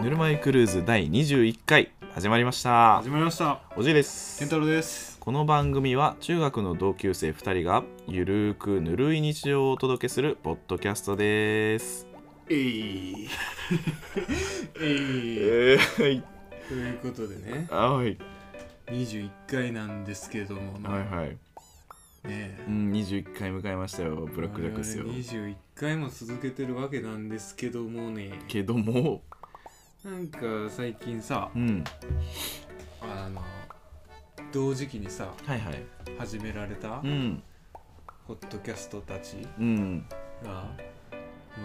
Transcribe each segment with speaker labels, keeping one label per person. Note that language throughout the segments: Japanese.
Speaker 1: ぬるま湯クルーズ第21回始まりました
Speaker 2: 始まりました
Speaker 1: おじいです
Speaker 2: 健太郎です
Speaker 1: この番組は中学の同級生2人がゆるーくぬるい日常をお届けするポッドキャストです
Speaker 2: えいえい
Speaker 1: えー、はい
Speaker 2: ということでね
Speaker 1: はい
Speaker 2: 21回なんですけども
Speaker 1: はい
Speaker 2: ね
Speaker 1: はい
Speaker 2: え
Speaker 1: うん21回迎えましたよブラックジャックですよ
Speaker 2: 我々21回も続けてるわけなんですけどもね
Speaker 1: けども
Speaker 2: なんか最近さ
Speaker 1: うん
Speaker 2: あの同時期にさ
Speaker 1: はいはい
Speaker 2: 始められた
Speaker 1: うん
Speaker 2: ホットキャストたち
Speaker 1: うん
Speaker 2: がもう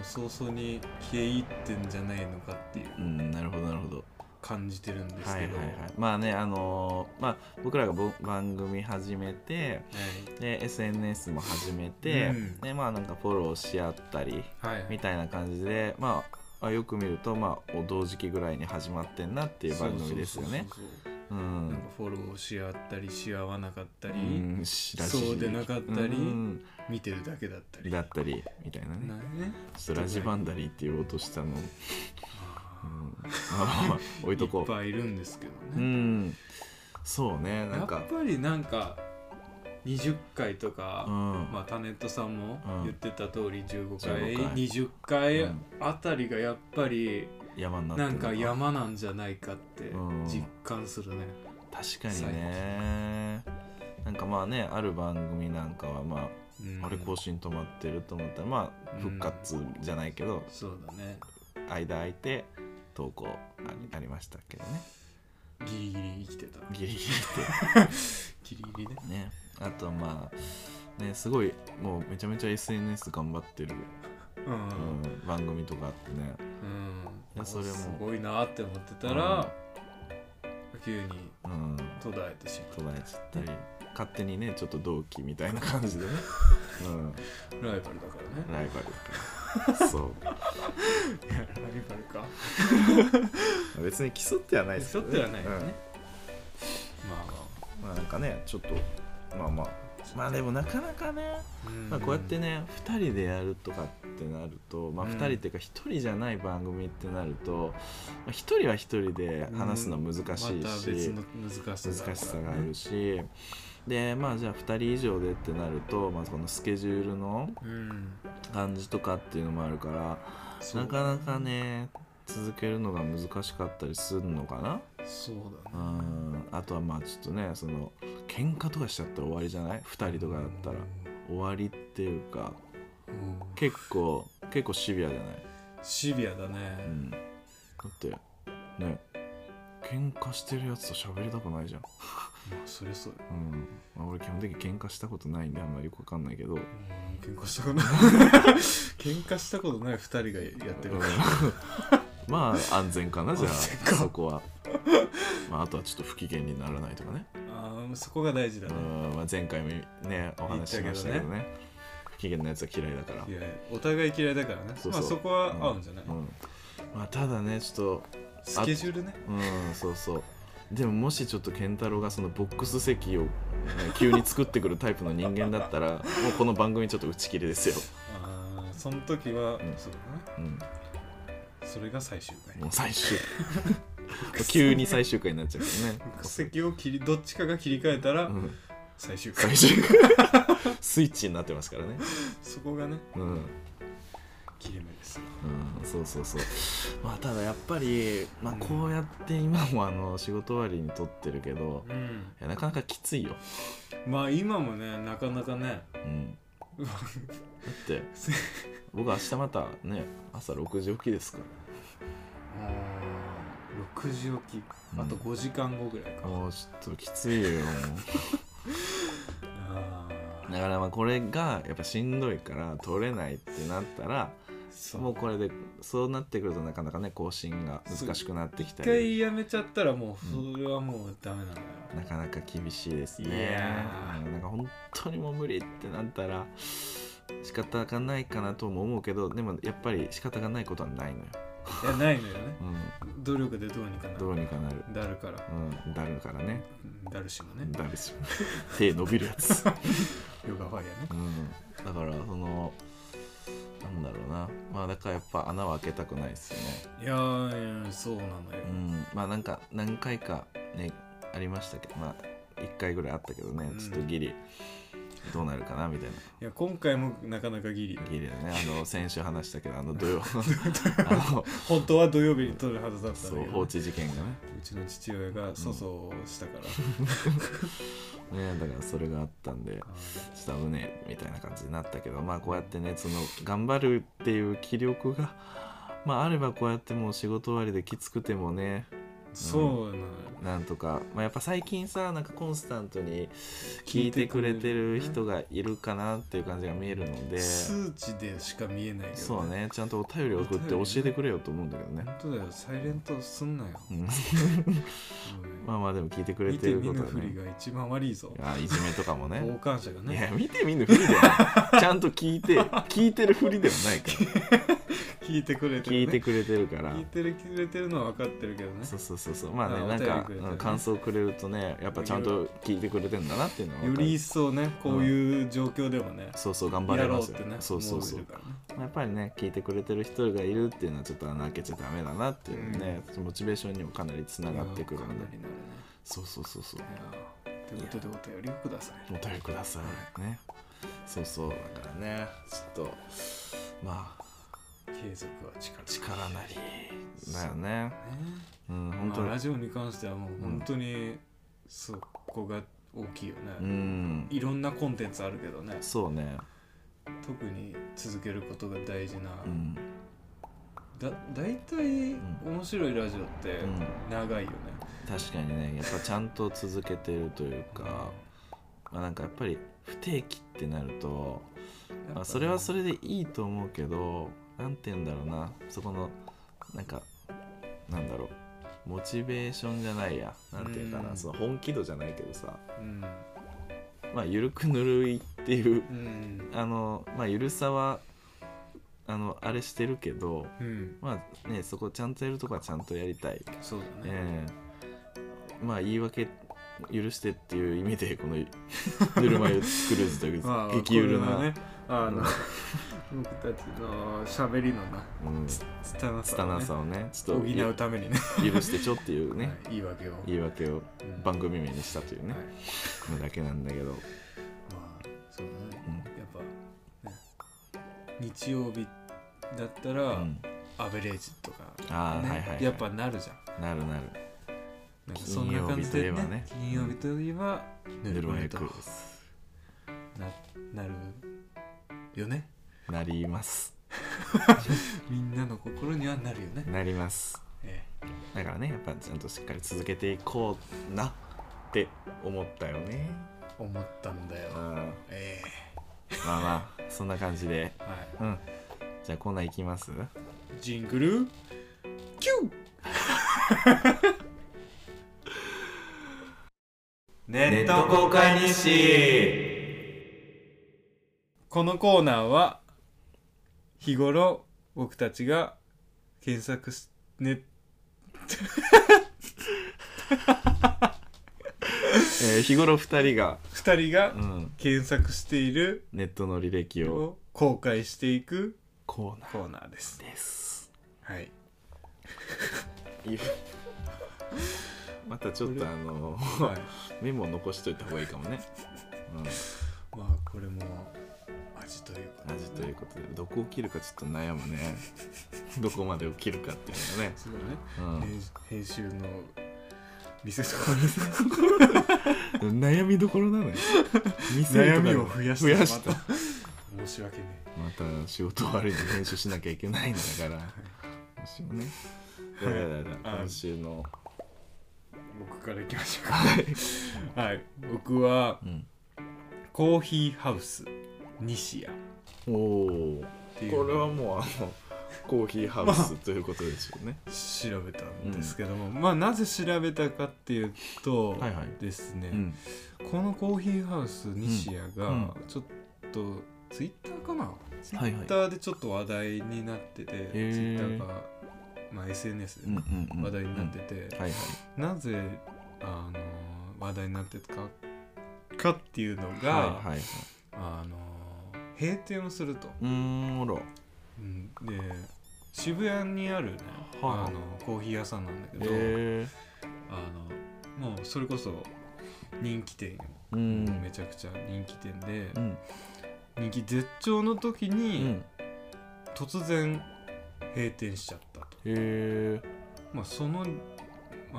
Speaker 2: 早々に消え入ってんじゃないのかっていう
Speaker 1: うんなるほどなるほど
Speaker 2: 感じてるんです
Speaker 1: は
Speaker 2: け
Speaker 1: いはい
Speaker 2: ど
Speaker 1: は
Speaker 2: はい
Speaker 1: いまあねあのーまあ僕らがぼ番組始めてで SNS も始めて、
Speaker 2: うん
Speaker 1: でまあなんかフォローし合ったり
Speaker 2: はい
Speaker 1: みたいな感じでまああよく見るとまあお同時期ぐらいに始まってんなっていう番組ですよね。
Speaker 2: そうそうそうそうな
Speaker 1: う
Speaker 2: ん
Speaker 1: ん
Speaker 2: かフォローし合ったりし合わなかったり、
Speaker 1: うん知らし
Speaker 2: そうでなかったり
Speaker 1: うん
Speaker 2: 見てるだけだったり
Speaker 1: だったりみたいなね
Speaker 2: なんかね
Speaker 1: ちょっとラジバンダリーって言おうとしたの、うん、あー置いと
Speaker 2: い
Speaker 1: こ
Speaker 2: っ
Speaker 1: う
Speaker 2: ぱいいるんですけど
Speaker 1: う
Speaker 2: ね、
Speaker 1: んそうねなん
Speaker 2: や
Speaker 1: か
Speaker 2: っぱりなんか20回と
Speaker 1: うん
Speaker 2: か、まあ、タネットさんも
Speaker 1: うん
Speaker 2: 言ってた通り15回
Speaker 1: 15回
Speaker 2: 20
Speaker 1: う
Speaker 2: 回
Speaker 1: ん
Speaker 2: あたりがやっぱり
Speaker 1: 山になって
Speaker 2: なん
Speaker 1: るの
Speaker 2: か山なんじゃないかって
Speaker 1: うん
Speaker 2: 実感するね、
Speaker 1: 確かにねなんかまあねある番組なんかはまあ
Speaker 2: うん
Speaker 1: あれ更新止まってると思ったらまあ復活じゃないけど、
Speaker 2: そうだね
Speaker 1: 間空いて投稿になりましたけどね
Speaker 2: ギリギリ生きてた
Speaker 1: ギリギリ
Speaker 2: ギリギリね
Speaker 1: ってねあとまあねすごいもうめちゃめちゃ SNS 頑張ってる、
Speaker 2: う
Speaker 1: うんん番組とかあってね
Speaker 2: う
Speaker 1: や
Speaker 2: ん、
Speaker 1: それも
Speaker 2: すごいなって思ってたら、急に
Speaker 1: うん
Speaker 2: 途絶えてし
Speaker 1: 途絶えちゃったり勝手にねちょっと同期みたいな感じでね、う
Speaker 2: まうライバルだから
Speaker 1: ん、
Speaker 2: ね
Speaker 1: ライバルそう
Speaker 2: ライバルか
Speaker 1: 別に競ってはないです
Speaker 2: そってはないよ
Speaker 1: う
Speaker 2: ね
Speaker 1: ん、
Speaker 2: まあ
Speaker 1: まあなんかねちょっとまあまあまあでもなかなかね、
Speaker 2: まあ、
Speaker 1: まあ、こうやってね2人でやるとかってなると、まあ、
Speaker 2: うん
Speaker 1: 2人っていうか1人じゃない番組ってなると、まあ、1人は1人で話すのは難しい
Speaker 2: また
Speaker 1: し、
Speaker 2: 別の難しさ
Speaker 1: 難しさがあ
Speaker 2: ね
Speaker 1: るしでまあじゃあ2人以上でってなると、まあ、このスケジュールの
Speaker 2: うん
Speaker 1: 感じとかっていうのもあるから
Speaker 2: そう
Speaker 1: なかなかね続けるのが難しかったりするのかな
Speaker 2: そうだ
Speaker 1: う
Speaker 2: ね
Speaker 1: んあとはまあちょっとねその喧嘩とかしちゃったら終わりじゃない2人とかだったら終わりっていうか
Speaker 2: うん
Speaker 1: 結構結構シビアじゃない、
Speaker 2: シビアだ
Speaker 1: う
Speaker 2: ね、
Speaker 1: ん、だってね喧嘩してるやつと喋りたくないじゃん、
Speaker 2: まあそれそうよ
Speaker 1: うんまあ、俺基本的に喧嘩したことないんであんまりよくわかんないけど
Speaker 2: うん喧嘩したこ とない喧嘩したことない2人がやってるから
Speaker 1: うんまあ安全かなじゃ
Speaker 2: 安全か
Speaker 1: あそこは、まあ、あとはちょっと不機嫌にならないとかね、
Speaker 2: あーそこが大事だ
Speaker 1: う
Speaker 2: ね、
Speaker 1: んまあ、前回もねお話ししましたけどね
Speaker 2: 言ったけど
Speaker 1: 不機嫌なやつは嫌いだか
Speaker 2: い
Speaker 1: ら
Speaker 2: やお互い嫌いだからね
Speaker 1: そうそう
Speaker 2: まあ、そこは合うんじゃない、
Speaker 1: うんまあ、ただねちょっと
Speaker 2: スケジュールね
Speaker 1: うんそうそうでももしちょっと健太郎がそのボックス席をね急に作ってくるタイプの人間だったらもうこの番組ちょっと打ち切りですよ、
Speaker 2: あーその時は、
Speaker 1: ん
Speaker 2: そうだね
Speaker 1: うん、
Speaker 2: それが最終回
Speaker 1: もう最終急に最終回になっちゃうけどね
Speaker 2: 国籍を切りどっちかが切り替えたら
Speaker 1: うん、
Speaker 2: 最終回、
Speaker 1: 最終スイッチになってますからね
Speaker 2: そこがね
Speaker 1: うん、うん、
Speaker 2: 切れ目です
Speaker 1: そうそうそうまあただやっぱり、まあ、こうやって今もあの仕事終わりに撮ってるけど
Speaker 2: うん
Speaker 1: いやなかなかきついよ、
Speaker 2: まあ今もねなかなかね
Speaker 1: うん、だ って僕明日またね朝6時起きですか
Speaker 2: 6時起きあと5時間後ぐらい
Speaker 1: ら
Speaker 2: か、
Speaker 1: もうちょっときついよも
Speaker 2: あ
Speaker 1: う
Speaker 2: あ
Speaker 1: だからまあこれがやっぱしんどいから取れないってなったら
Speaker 2: そう
Speaker 1: もうこれでそうなってくるとなかなかね更新が難しくなってき
Speaker 2: 一
Speaker 1: たり
Speaker 2: 回やめちゃったらもうそれはもうダメなんだよ、
Speaker 1: なかなか厳しいですね
Speaker 2: いや
Speaker 1: うんなんか本当にもう無理ってなったら仕方がないかなとも思うけどでもやっぱり仕方がないことはないのよ、
Speaker 2: いやないのよね
Speaker 1: う、
Speaker 2: 努力でどうにかなん
Speaker 1: どうにかなる、
Speaker 2: だるから
Speaker 1: うん、だるからね
Speaker 2: ダルシムね
Speaker 1: だるし 手伸びるやつ
Speaker 2: ヨガファイヤーね
Speaker 1: うん、だからそのなんだろうなまあだからやっぱ穴は開けたくないですよね
Speaker 2: いやーいやそうなのよ、
Speaker 1: うんまあなんか何回かねありましたけどまあ1回ぐらいあったけどね
Speaker 2: うん
Speaker 1: ちょっとギリどうなるかなみたいない
Speaker 2: や今回もなかなかギリ
Speaker 1: ギリだね あの先週話したけどあの土曜あの
Speaker 2: 本当は土曜日に撮るはずだったん
Speaker 1: そ
Speaker 2: だ
Speaker 1: う
Speaker 2: け
Speaker 1: 放
Speaker 2: どう
Speaker 1: 置事件がね
Speaker 2: ちの父親が粗相をした から、
Speaker 1: ねだからそれがあったんでちょっと危ねえみたいな感じになったけどまあこうやってねその頑張るっていう気力がまああればこうやってもう仕事終わりできつくてもね
Speaker 2: そうなのよ
Speaker 1: なんとか、まあ、やっぱ最近さなんかコンスタントに聞いてくれてる人がいるかなっていう感じが見えるので
Speaker 2: 数値でしか見えないけど、
Speaker 1: そうねちゃんとお便り送って教えてくれよと思うんだけどね
Speaker 2: 本当だよサイレントすんなよ、
Speaker 1: う
Speaker 2: も
Speaker 1: ん
Speaker 2: うね
Speaker 1: まあまあでも聞いてくれ
Speaker 2: 見
Speaker 1: て
Speaker 2: て
Speaker 1: る
Speaker 2: 見
Speaker 1: こ
Speaker 2: ぬ
Speaker 1: とは
Speaker 2: ふり
Speaker 1: ね
Speaker 2: が一番悪いぞ
Speaker 1: あいじめとかもね
Speaker 2: 傍観者が
Speaker 1: いや
Speaker 2: ね
Speaker 1: 見て見ぬふりではないちゃんと聞いて聞いてるふりではないから
Speaker 2: 聞いてくれてる、ね、
Speaker 1: 聞いてくれてるから
Speaker 2: 聞いてるくれてるのは分かってるけどね
Speaker 1: そうそうそうそうまあ
Speaker 2: あ
Speaker 1: ね
Speaker 2: お
Speaker 1: なんか
Speaker 2: 便りくれたね
Speaker 1: うん感想くれるとねやっぱちゃんと聞いてくれてんだなっていうのは分
Speaker 2: よ
Speaker 1: かる
Speaker 2: り一層ねこういう状況でもね、
Speaker 1: そうそう頑張
Speaker 2: や
Speaker 1: れ
Speaker 2: ろ
Speaker 1: ま
Speaker 2: うっ
Speaker 1: すよ
Speaker 2: てね
Speaker 1: そうそうそう
Speaker 2: 思えるからね
Speaker 1: やっぱりね聞いてくれてる人がいるっていうのはちょっと穴開けちゃダメだなっていうのね、モチベーションにもかなりつながってくる
Speaker 2: いや
Speaker 1: ん
Speaker 2: か
Speaker 1: で
Speaker 2: なりなるね
Speaker 1: そうそうそうそう
Speaker 2: いやーということでお便りをください
Speaker 1: お便りくださいねそうそうだからねちょっとまあ
Speaker 2: 継続は力ね
Speaker 1: 力なりだよねうん本当
Speaker 2: まあ
Speaker 1: に、
Speaker 2: ラジオに関してはもう本当にそこが大きいよね、
Speaker 1: うん
Speaker 2: いろんなコンテンツあるけどね
Speaker 1: そうね
Speaker 2: 特に続けることが大事な、
Speaker 1: うん
Speaker 2: だ大体面白いラジオって
Speaker 1: うん
Speaker 2: 長いよね、
Speaker 1: 確かにねやっぱちゃんと続けてるというか、まあ、なんかやっぱり不定期ってなると、まあ、それはそ
Speaker 2: れ
Speaker 1: れでいいと思うけどなんて言うんだろうなそこのなんかなんだろうモチベーションじゃないやなんていうかな、
Speaker 2: うん
Speaker 1: その本気度じゃないけどさ
Speaker 2: うん、
Speaker 1: まあゆるくぬるいっていう
Speaker 2: うん
Speaker 1: あのまあゆるさはあのあれしてるけど
Speaker 2: うん、
Speaker 1: まあねそこちゃんとやるとこはちゃんとやりたい
Speaker 2: そうだね、
Speaker 1: ええまあ言い訳許してっていう意味 でこの「ぬるま湯クルーズ」という
Speaker 2: まあ
Speaker 1: 激ゆる
Speaker 2: これは
Speaker 1: な、
Speaker 2: ねあの 僕たちの喋りのな
Speaker 1: うん、
Speaker 2: つたなさ,、
Speaker 1: 拙
Speaker 2: ね、
Speaker 1: さをねちょ
Speaker 2: 補
Speaker 1: っとゆ
Speaker 2: うためにね、
Speaker 1: 許してちょっていう ね、
Speaker 2: はい、いいわけを、
Speaker 1: 言い訳を
Speaker 2: うん
Speaker 1: 番組名にしたというね
Speaker 2: はい、
Speaker 1: のだけなんだけど、
Speaker 2: まあそうだね
Speaker 1: うん
Speaker 2: やっぱ、ね、日曜日だったら、
Speaker 1: うん
Speaker 2: アベレージとか、
Speaker 1: ああ、
Speaker 2: ね
Speaker 1: はいはい、はい、
Speaker 2: やっぱなるじゃん
Speaker 1: なるなる
Speaker 2: なんかそんな感じで、ね、
Speaker 1: 金
Speaker 2: 金
Speaker 1: 曜
Speaker 2: 曜
Speaker 1: 日
Speaker 2: 日
Speaker 1: と
Speaker 2: といえば
Speaker 1: 「
Speaker 2: ぬ
Speaker 1: ぬ
Speaker 2: る
Speaker 1: る
Speaker 2: ま
Speaker 1: ま
Speaker 2: 湯
Speaker 1: 湯
Speaker 2: と
Speaker 1: クルーズ
Speaker 2: ななるよね」
Speaker 1: なります
Speaker 2: みんなの心にはなるよね、
Speaker 1: なります
Speaker 2: え
Speaker 1: だからねやっぱちゃんとしっかり続けていこうなって思ったよね
Speaker 2: え思ったんだよ、
Speaker 1: うん
Speaker 2: え
Speaker 1: まあまあそんな感じで
Speaker 2: えはい
Speaker 1: うんじゃあコーナーいきます
Speaker 2: ジングルキュ ネット公開日誌このコーナーは日頃僕たちが検索しね
Speaker 1: えー日頃二人が、
Speaker 2: 2人が
Speaker 1: うん、
Speaker 2: 検索している
Speaker 1: ネットの履歴を
Speaker 2: を公開していく
Speaker 1: コーナ
Speaker 2: コーナーです
Speaker 1: ー です
Speaker 2: はい
Speaker 1: いやまたちょっとあの
Speaker 2: はい
Speaker 1: メモ残しといた方がいいかもね、う
Speaker 2: まあこれも味というか
Speaker 1: ん、味ということでどこを切るかちょっと悩むねどこまでを切るかっていうのね、
Speaker 2: そうだね
Speaker 1: うん
Speaker 2: 編編集の見せ所ですね
Speaker 1: 悩みどころな のよ
Speaker 2: 悩みを増やして
Speaker 1: 増やした
Speaker 2: また申し訳ね
Speaker 1: また仕事悪いの編集しなきゃいけないんだから今週もねだからだから今週の
Speaker 2: え僕からいきましょうかはい僕は
Speaker 1: うん
Speaker 2: コーヒーハウス西谷っ
Speaker 1: おお
Speaker 2: ていう
Speaker 1: これは
Speaker 2: のを
Speaker 1: もうあのコーヒーハウスということですよね、
Speaker 2: 調べたんですけども、まあなぜ調べたかっていうと、
Speaker 1: はいはい
Speaker 2: ですね、
Speaker 1: うん、
Speaker 2: このコーヒーハウス西谷
Speaker 1: う
Speaker 2: が
Speaker 1: ん
Speaker 2: ちょっと、ツイッターかなツイ
Speaker 1: はい
Speaker 2: ッターでちょっと話題になってて、ツイ
Speaker 1: ー
Speaker 2: ッターが、まあ、SNS でね
Speaker 1: ん
Speaker 2: 話題になってて、
Speaker 1: はいはい
Speaker 2: なぜあの話題になってたかかっていうのが、
Speaker 1: はいはいはい
Speaker 2: あの閉店をすると、
Speaker 1: うーんあら
Speaker 2: うんで渋谷にあるね、
Speaker 1: はいはい
Speaker 2: あのコーヒー屋さんなんだけど、
Speaker 1: え
Speaker 2: あのもうそれこそ人気店よ、
Speaker 1: ー、うん
Speaker 2: めちゃくちゃ人気店で、
Speaker 1: うん
Speaker 2: 人気絶頂の時
Speaker 1: う
Speaker 2: に、
Speaker 1: ん
Speaker 2: 突然閉店しちゃったと、
Speaker 1: え
Speaker 2: まあ、その、ま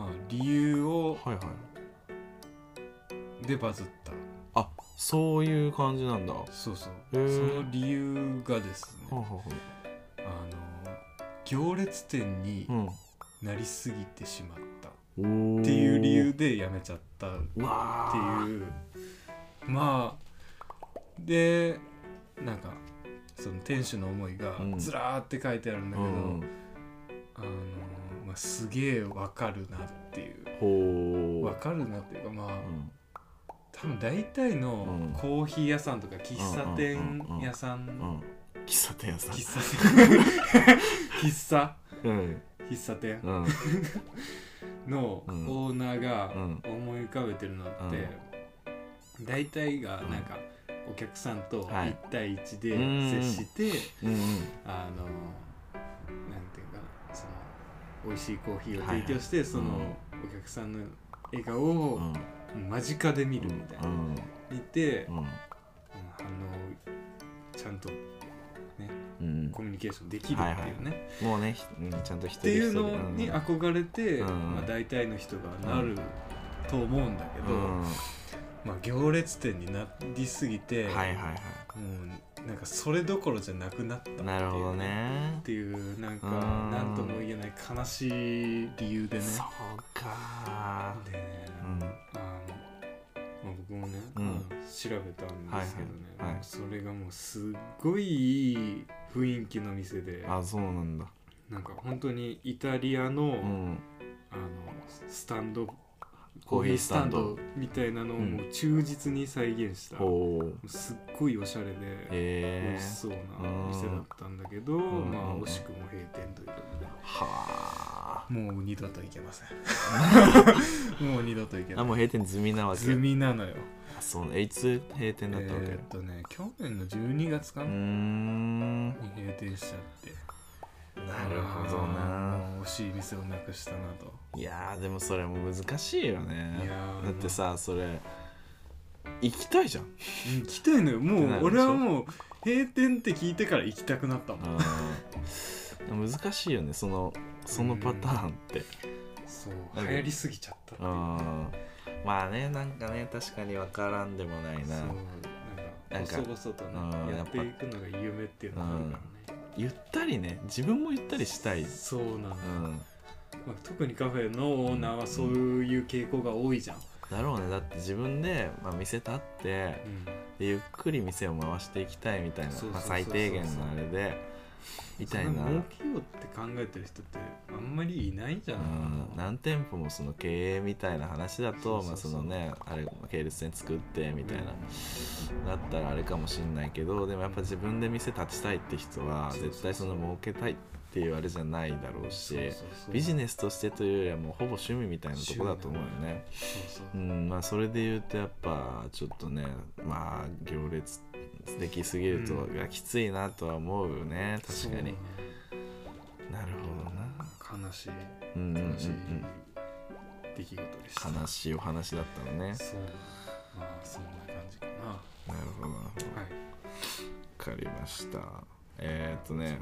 Speaker 2: あ、理由を
Speaker 1: ー、はいはい
Speaker 2: でバズった
Speaker 1: あそういう感じなんだは
Speaker 2: そうそう
Speaker 1: へ
Speaker 2: そ
Speaker 1: ー
Speaker 2: の理由がです
Speaker 1: あは
Speaker 2: ね
Speaker 1: あは
Speaker 2: あの行列店に
Speaker 1: あ
Speaker 2: なりすぎてしまったっ
Speaker 1: うんおー
Speaker 2: ていう理由で辞めちゃったっ
Speaker 1: うわ
Speaker 2: て
Speaker 1: ー
Speaker 2: いうまあでなんかその店主の思いが
Speaker 1: うん
Speaker 2: ずらーって書いてあるんだけど、
Speaker 1: うん
Speaker 2: あのまあ、すげえわかるなっていう
Speaker 1: ほう
Speaker 2: わかるなっていうかまあ、
Speaker 1: うん
Speaker 2: 多分大体の
Speaker 1: うん
Speaker 2: コーヒー屋さんとか喫茶店屋さ
Speaker 1: うんん喫茶店屋さん
Speaker 2: 喫茶店 喫茶
Speaker 1: うん
Speaker 2: 喫茶店
Speaker 1: うん
Speaker 2: のオ
Speaker 1: うん
Speaker 2: ーナーが
Speaker 1: うん
Speaker 2: 思い浮かべてるのって大体がなんかお客さんと
Speaker 1: はい
Speaker 2: 1対1
Speaker 1: うん
Speaker 2: で接して
Speaker 1: うん
Speaker 2: あのなんていうかなその美味しいコーヒーを提供してそのお客さんの笑顔
Speaker 1: う
Speaker 2: を
Speaker 1: ん
Speaker 2: 間近で見るみたいな
Speaker 1: う。ん
Speaker 2: いて、
Speaker 1: うん
Speaker 2: あのちゃんと
Speaker 1: うん
Speaker 2: コミュニケーションできるっていうね、っ
Speaker 1: もうねひうんちゃんと一人
Speaker 2: ていう
Speaker 1: 一人
Speaker 2: のに憧れて、
Speaker 1: うん
Speaker 2: まあ、大体の人がなると思うんだけ
Speaker 1: う
Speaker 2: ど、
Speaker 1: んうんは
Speaker 2: まあ、行列店になりすぎて、
Speaker 1: いはいは
Speaker 2: もうなんかそれどころじゃなくなったっていう
Speaker 1: いなるほどね
Speaker 2: っていうなんか
Speaker 1: うん
Speaker 2: 何とも言えない悲しい理由でね。
Speaker 1: そうか
Speaker 2: でね
Speaker 1: うん
Speaker 2: あのまあ僕もね、
Speaker 1: うん
Speaker 2: まあ調べたんですけどね、
Speaker 1: はいはいはい
Speaker 2: それがもうすっごいいい雰囲気の店で
Speaker 1: あそうなんだ
Speaker 2: なんか本当にイタリアの,、
Speaker 1: うん
Speaker 2: あのスタンド
Speaker 1: コ
Speaker 2: コ
Speaker 1: ー
Speaker 2: ー
Speaker 1: ヒ
Speaker 2: ヒ
Speaker 1: ー
Speaker 2: ー
Speaker 1: ス
Speaker 2: ス
Speaker 1: タ
Speaker 2: タ
Speaker 1: ン
Speaker 2: ン
Speaker 1: ド
Speaker 2: ドみたいなのをもう忠実に再現した、も
Speaker 1: ほう
Speaker 2: うすっごいおしゃれで美
Speaker 1: え
Speaker 2: 味し
Speaker 1: ー
Speaker 2: そうな店だったんだけど、
Speaker 1: ん
Speaker 2: まあ
Speaker 1: うん
Speaker 2: 惜しくも閉店ということで。
Speaker 1: はあ
Speaker 2: もう二度と行けません もう二度と行け
Speaker 1: あ
Speaker 2: ま
Speaker 1: もう閉店済みなわ
Speaker 2: せ
Speaker 1: け
Speaker 2: ん済みなのよ
Speaker 1: あそう A2 閉店だったわけ、
Speaker 2: えーっとね去年の12月か
Speaker 1: うー
Speaker 2: な、
Speaker 1: ん
Speaker 2: に閉店しちゃって
Speaker 1: なるほどな
Speaker 2: もう惜しい店をなくしたなと
Speaker 1: いやーでもそれも難しいよね
Speaker 2: いやー
Speaker 1: だってさそれ行きたいじゃん
Speaker 2: 行きたいのよ
Speaker 1: って
Speaker 2: も
Speaker 1: なるでし
Speaker 2: う
Speaker 1: ょ
Speaker 2: 俺はもう閉店って聞いてから行きたくなったもん
Speaker 1: うん 難しいよねそのそのパターンって
Speaker 2: そう
Speaker 1: なんか
Speaker 2: 流行りすぎちゃったって
Speaker 1: う
Speaker 2: いうん
Speaker 1: まあねなんかね確かに分からんでもない
Speaker 2: そう
Speaker 1: なな
Speaker 2: なんん
Speaker 1: か
Speaker 2: か細々と
Speaker 1: うん
Speaker 2: ね
Speaker 1: や
Speaker 2: や
Speaker 1: っ
Speaker 2: っ
Speaker 1: ぱ
Speaker 2: ていくのが夢っていうのがあるからね
Speaker 1: ゆったりね自分もゆったりしたい、う
Speaker 2: そうなんだ、
Speaker 1: ん、
Speaker 2: まあ、特にカフェのオーナーはそういう傾向が多いじゃん、
Speaker 1: だろうねだって自分で、まあ、店立ってでゆっくり店を回していきたいみたいな
Speaker 2: そうそうそうそう
Speaker 1: まあ最低限のあれでみたいな
Speaker 2: そん儲けようって考えてる人ってあんまりいないんじゃ
Speaker 1: う
Speaker 2: ないか
Speaker 1: ん
Speaker 2: な
Speaker 1: 何店舗もその経営みたいな話だと
Speaker 2: そう
Speaker 1: まあ
Speaker 2: そ
Speaker 1: そう
Speaker 2: そう
Speaker 1: のねあれ系列店作ってみたいなだったらあれかもしんないけどでもやっぱ自分で店立ちたいって人は
Speaker 2: そうそうそう
Speaker 1: 絶対その儲けたいっていうあれじゃないだろうし
Speaker 2: そうそうそう
Speaker 1: ビジネスとしてというよりはもうほぼ趣味みたいなとこだと思うよね。
Speaker 2: そう
Speaker 1: う
Speaker 2: そうん
Speaker 1: まあ、それで言うとやっぱちょっとねまあ行列できすぎると、
Speaker 2: うん
Speaker 1: いやきついなとは思うよね確かになる
Speaker 2: そうね悲しい
Speaker 1: ほどなうんうんうん
Speaker 2: 悲しい
Speaker 1: うん
Speaker 2: 出来事でした、
Speaker 1: 悲しいお話だったのね
Speaker 2: そうまあそんな感じかなは
Speaker 1: なるほどわ
Speaker 2: い
Speaker 1: かりましたえーっとね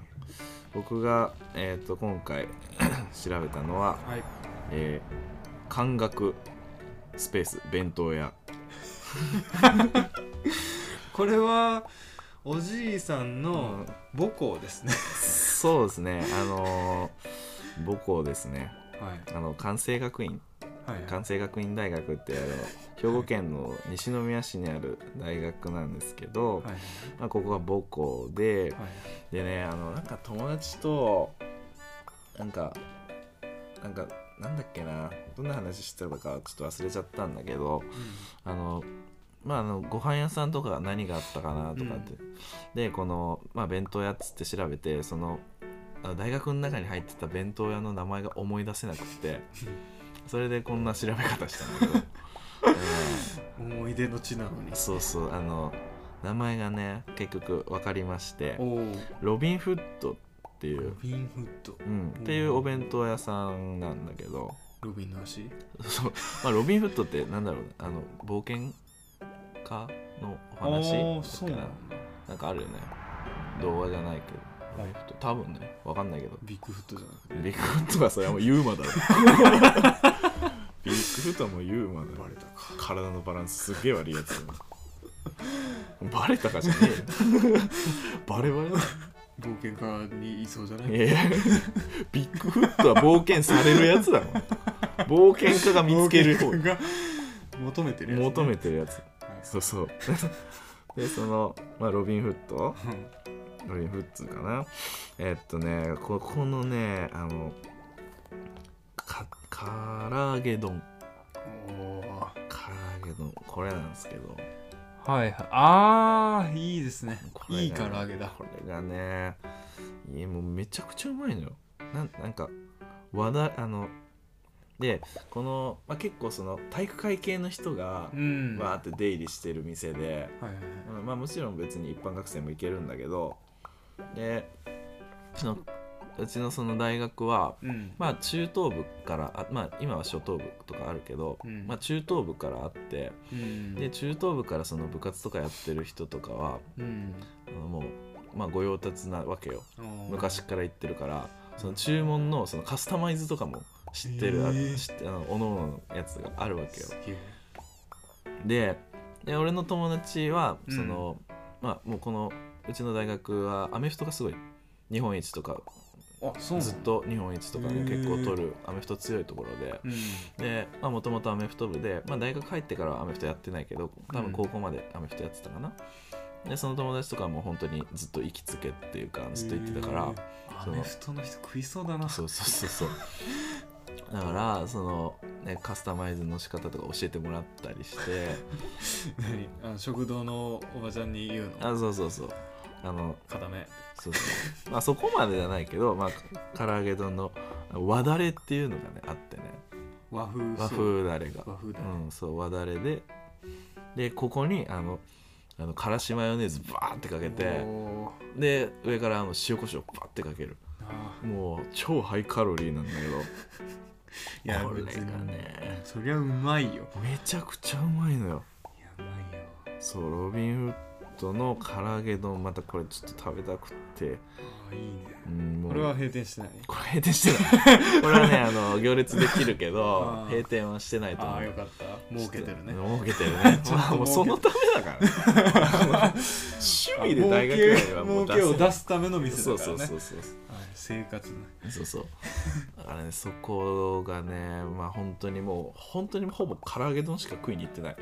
Speaker 1: 僕が、えーっと今回 調べたのは、
Speaker 2: はい
Speaker 1: えー、感覚スペース弁当屋
Speaker 2: これはおじいさん
Speaker 1: う
Speaker 2: の
Speaker 1: ん
Speaker 2: 母校ですね、
Speaker 1: そうですねあのー母校ですね
Speaker 2: はい
Speaker 1: あの関西学院
Speaker 2: はいはい
Speaker 1: 関西学院大学ってあの兵庫県の西宮市にある大学なんですけど、
Speaker 2: はい
Speaker 1: まあ、ここが母校で、
Speaker 2: はい
Speaker 1: でねあのなんか友達となんかなんかなんだっけなどんな話してたかちょっと忘れちゃったんだけどあのまああのご飯屋さんとかが何があったかなとかって、でこの、まあ、弁当屋っつって調べてそのあの大学の中に入ってた弁当屋の名前が思い出せなくってそれでこんな調べ方したんだけど、
Speaker 2: うん思い出の地なのに
Speaker 1: うんそうそうあの名前がね結局分かりまして
Speaker 2: おー
Speaker 1: ロビンフッドってい
Speaker 2: ロ
Speaker 1: う、
Speaker 2: ビンフッド
Speaker 1: うん、っていうお弁当屋さんなんだけど
Speaker 2: ロビンの足
Speaker 1: そう、まあ、ロビンフッドってなんだろうねあの冒険家のお話
Speaker 2: ああ
Speaker 1: だっ
Speaker 2: そ
Speaker 1: け
Speaker 2: う
Speaker 1: な
Speaker 2: なんだ
Speaker 1: なんかあるよね動画じゃないけどロビンフッド多分ね分かんないけど
Speaker 2: ビッグフットじゃなくて
Speaker 1: ビッグフットはそれはもうユーマだろビッグフットはもうユーマだよ
Speaker 2: バレたか
Speaker 1: 体のバランスすげえ悪いやつだなバレたかじゃねえよ バレバレだ
Speaker 2: 冒険家にいそうじゃない
Speaker 1: いやいやビッグフットは冒険されるやつだもん冒険家が見つける方
Speaker 2: 冒険家が求めてるやつね、
Speaker 1: 求めてるやつ
Speaker 2: はい
Speaker 1: そうそうでその、まあ、ロビンフットロビンフッツかなえっとねここのねあのか唐揚げ丼
Speaker 2: うんおー
Speaker 1: 唐揚げ丼これなんですけど
Speaker 2: はいはい。ああ、いいですね
Speaker 1: こ。れが
Speaker 2: いい唐揚げだ。
Speaker 1: これがねいやもうめちゃくちゃうまいのよなんなんか話題あのでこの、まあ、結構その体育会系の人が
Speaker 2: うん。
Speaker 1: わーっ
Speaker 2: は
Speaker 1: て出入りしてる店
Speaker 2: い
Speaker 1: で、
Speaker 2: はいはい。
Speaker 1: うんまあもちろん別に一般学生も行けるんだけどでそのうちのその大学は
Speaker 2: うん。
Speaker 1: まあ中等部からあまあ今は初等部とかあるけど、
Speaker 2: うん
Speaker 1: まあ中等部からあって
Speaker 2: うん。
Speaker 1: で中等部からその部活とかやってる人とかは
Speaker 2: うん。
Speaker 1: あのもう、まあ、御用達なわけよ
Speaker 2: あー
Speaker 1: 昔から言ってるからその注文のそのカスタマイズとかも知ってる、
Speaker 2: へ
Speaker 1: あ
Speaker 2: ー
Speaker 1: 知ってあのおののやつがあるわけよ
Speaker 2: すげえ
Speaker 1: でで俺の友達は
Speaker 2: うん
Speaker 1: その、まあもうこのうちの大学はアメフトがすごい日本一とか
Speaker 2: あ、そうなんだ
Speaker 1: ずっ。と日本一とかね
Speaker 2: へー
Speaker 1: 結構取るアメフト強いところで
Speaker 2: うん。
Speaker 1: でもともとアメフト部で、まあ、大学入ってからはアメフトやってないけど多
Speaker 2: うん
Speaker 1: 分高校までアメフトやってたかな、でその友達とかはもう本当にずっと行きつけっていうかずっと行ってたから、
Speaker 2: えー。ア
Speaker 1: その
Speaker 2: メフトの人食いそうだな。
Speaker 1: そうそうそうそうだからその、ね、カスタマイズの仕方とか教えてもらったりして
Speaker 2: 何あの食堂のおばちゃんに言うの。
Speaker 1: あそうそうそうあの
Speaker 2: 固め。
Speaker 1: そうそうまあそこまでじゃないけど、まあ、唐揚げ丼の和だれっていうのがねあってね
Speaker 2: 和風
Speaker 1: 和
Speaker 2: そう
Speaker 1: 風だれが
Speaker 2: 和風だね
Speaker 1: うん、そう和だれででここにあのあのからしマヨネーズバーってかけて
Speaker 2: おー
Speaker 1: で上からあの塩コショウバーってかける
Speaker 2: あ
Speaker 1: もう超ハイカロリーなん だ
Speaker 2: ーい
Speaker 1: けど
Speaker 2: や、
Speaker 1: これ
Speaker 2: 別
Speaker 1: が
Speaker 2: に。
Speaker 1: ね
Speaker 2: そりゃうまいよ。
Speaker 1: めちゃくちゃうまいのよ
Speaker 2: やばいよ。
Speaker 1: そうロビンフッドの唐揚げ丼またこれちょっと食べたくって、
Speaker 2: あーいいね。
Speaker 1: うん、もう
Speaker 2: これは閉店してない。
Speaker 1: これ閉店して ないこれはねあの行列できるけ
Speaker 2: あ
Speaker 1: ど
Speaker 2: ー
Speaker 1: 閉店はしてないと
Speaker 2: あ
Speaker 1: 思
Speaker 2: あ、
Speaker 1: う
Speaker 2: よかった。儲けてるね。
Speaker 1: 儲けてるね
Speaker 2: ちょっと儲けてる
Speaker 1: まあもうそのため だからね趣味で大学
Speaker 2: あ
Speaker 1: には
Speaker 2: 儲
Speaker 1: もう
Speaker 2: け
Speaker 1: 出
Speaker 2: 儲けを
Speaker 1: せない
Speaker 2: 出すための店だ
Speaker 1: そう
Speaker 2: からね
Speaker 1: そうそうそう
Speaker 2: はい生活の
Speaker 1: そうそうだからねそこがねまあ本当にもう本当にほぼ唐揚げ丼しか食いに行ってない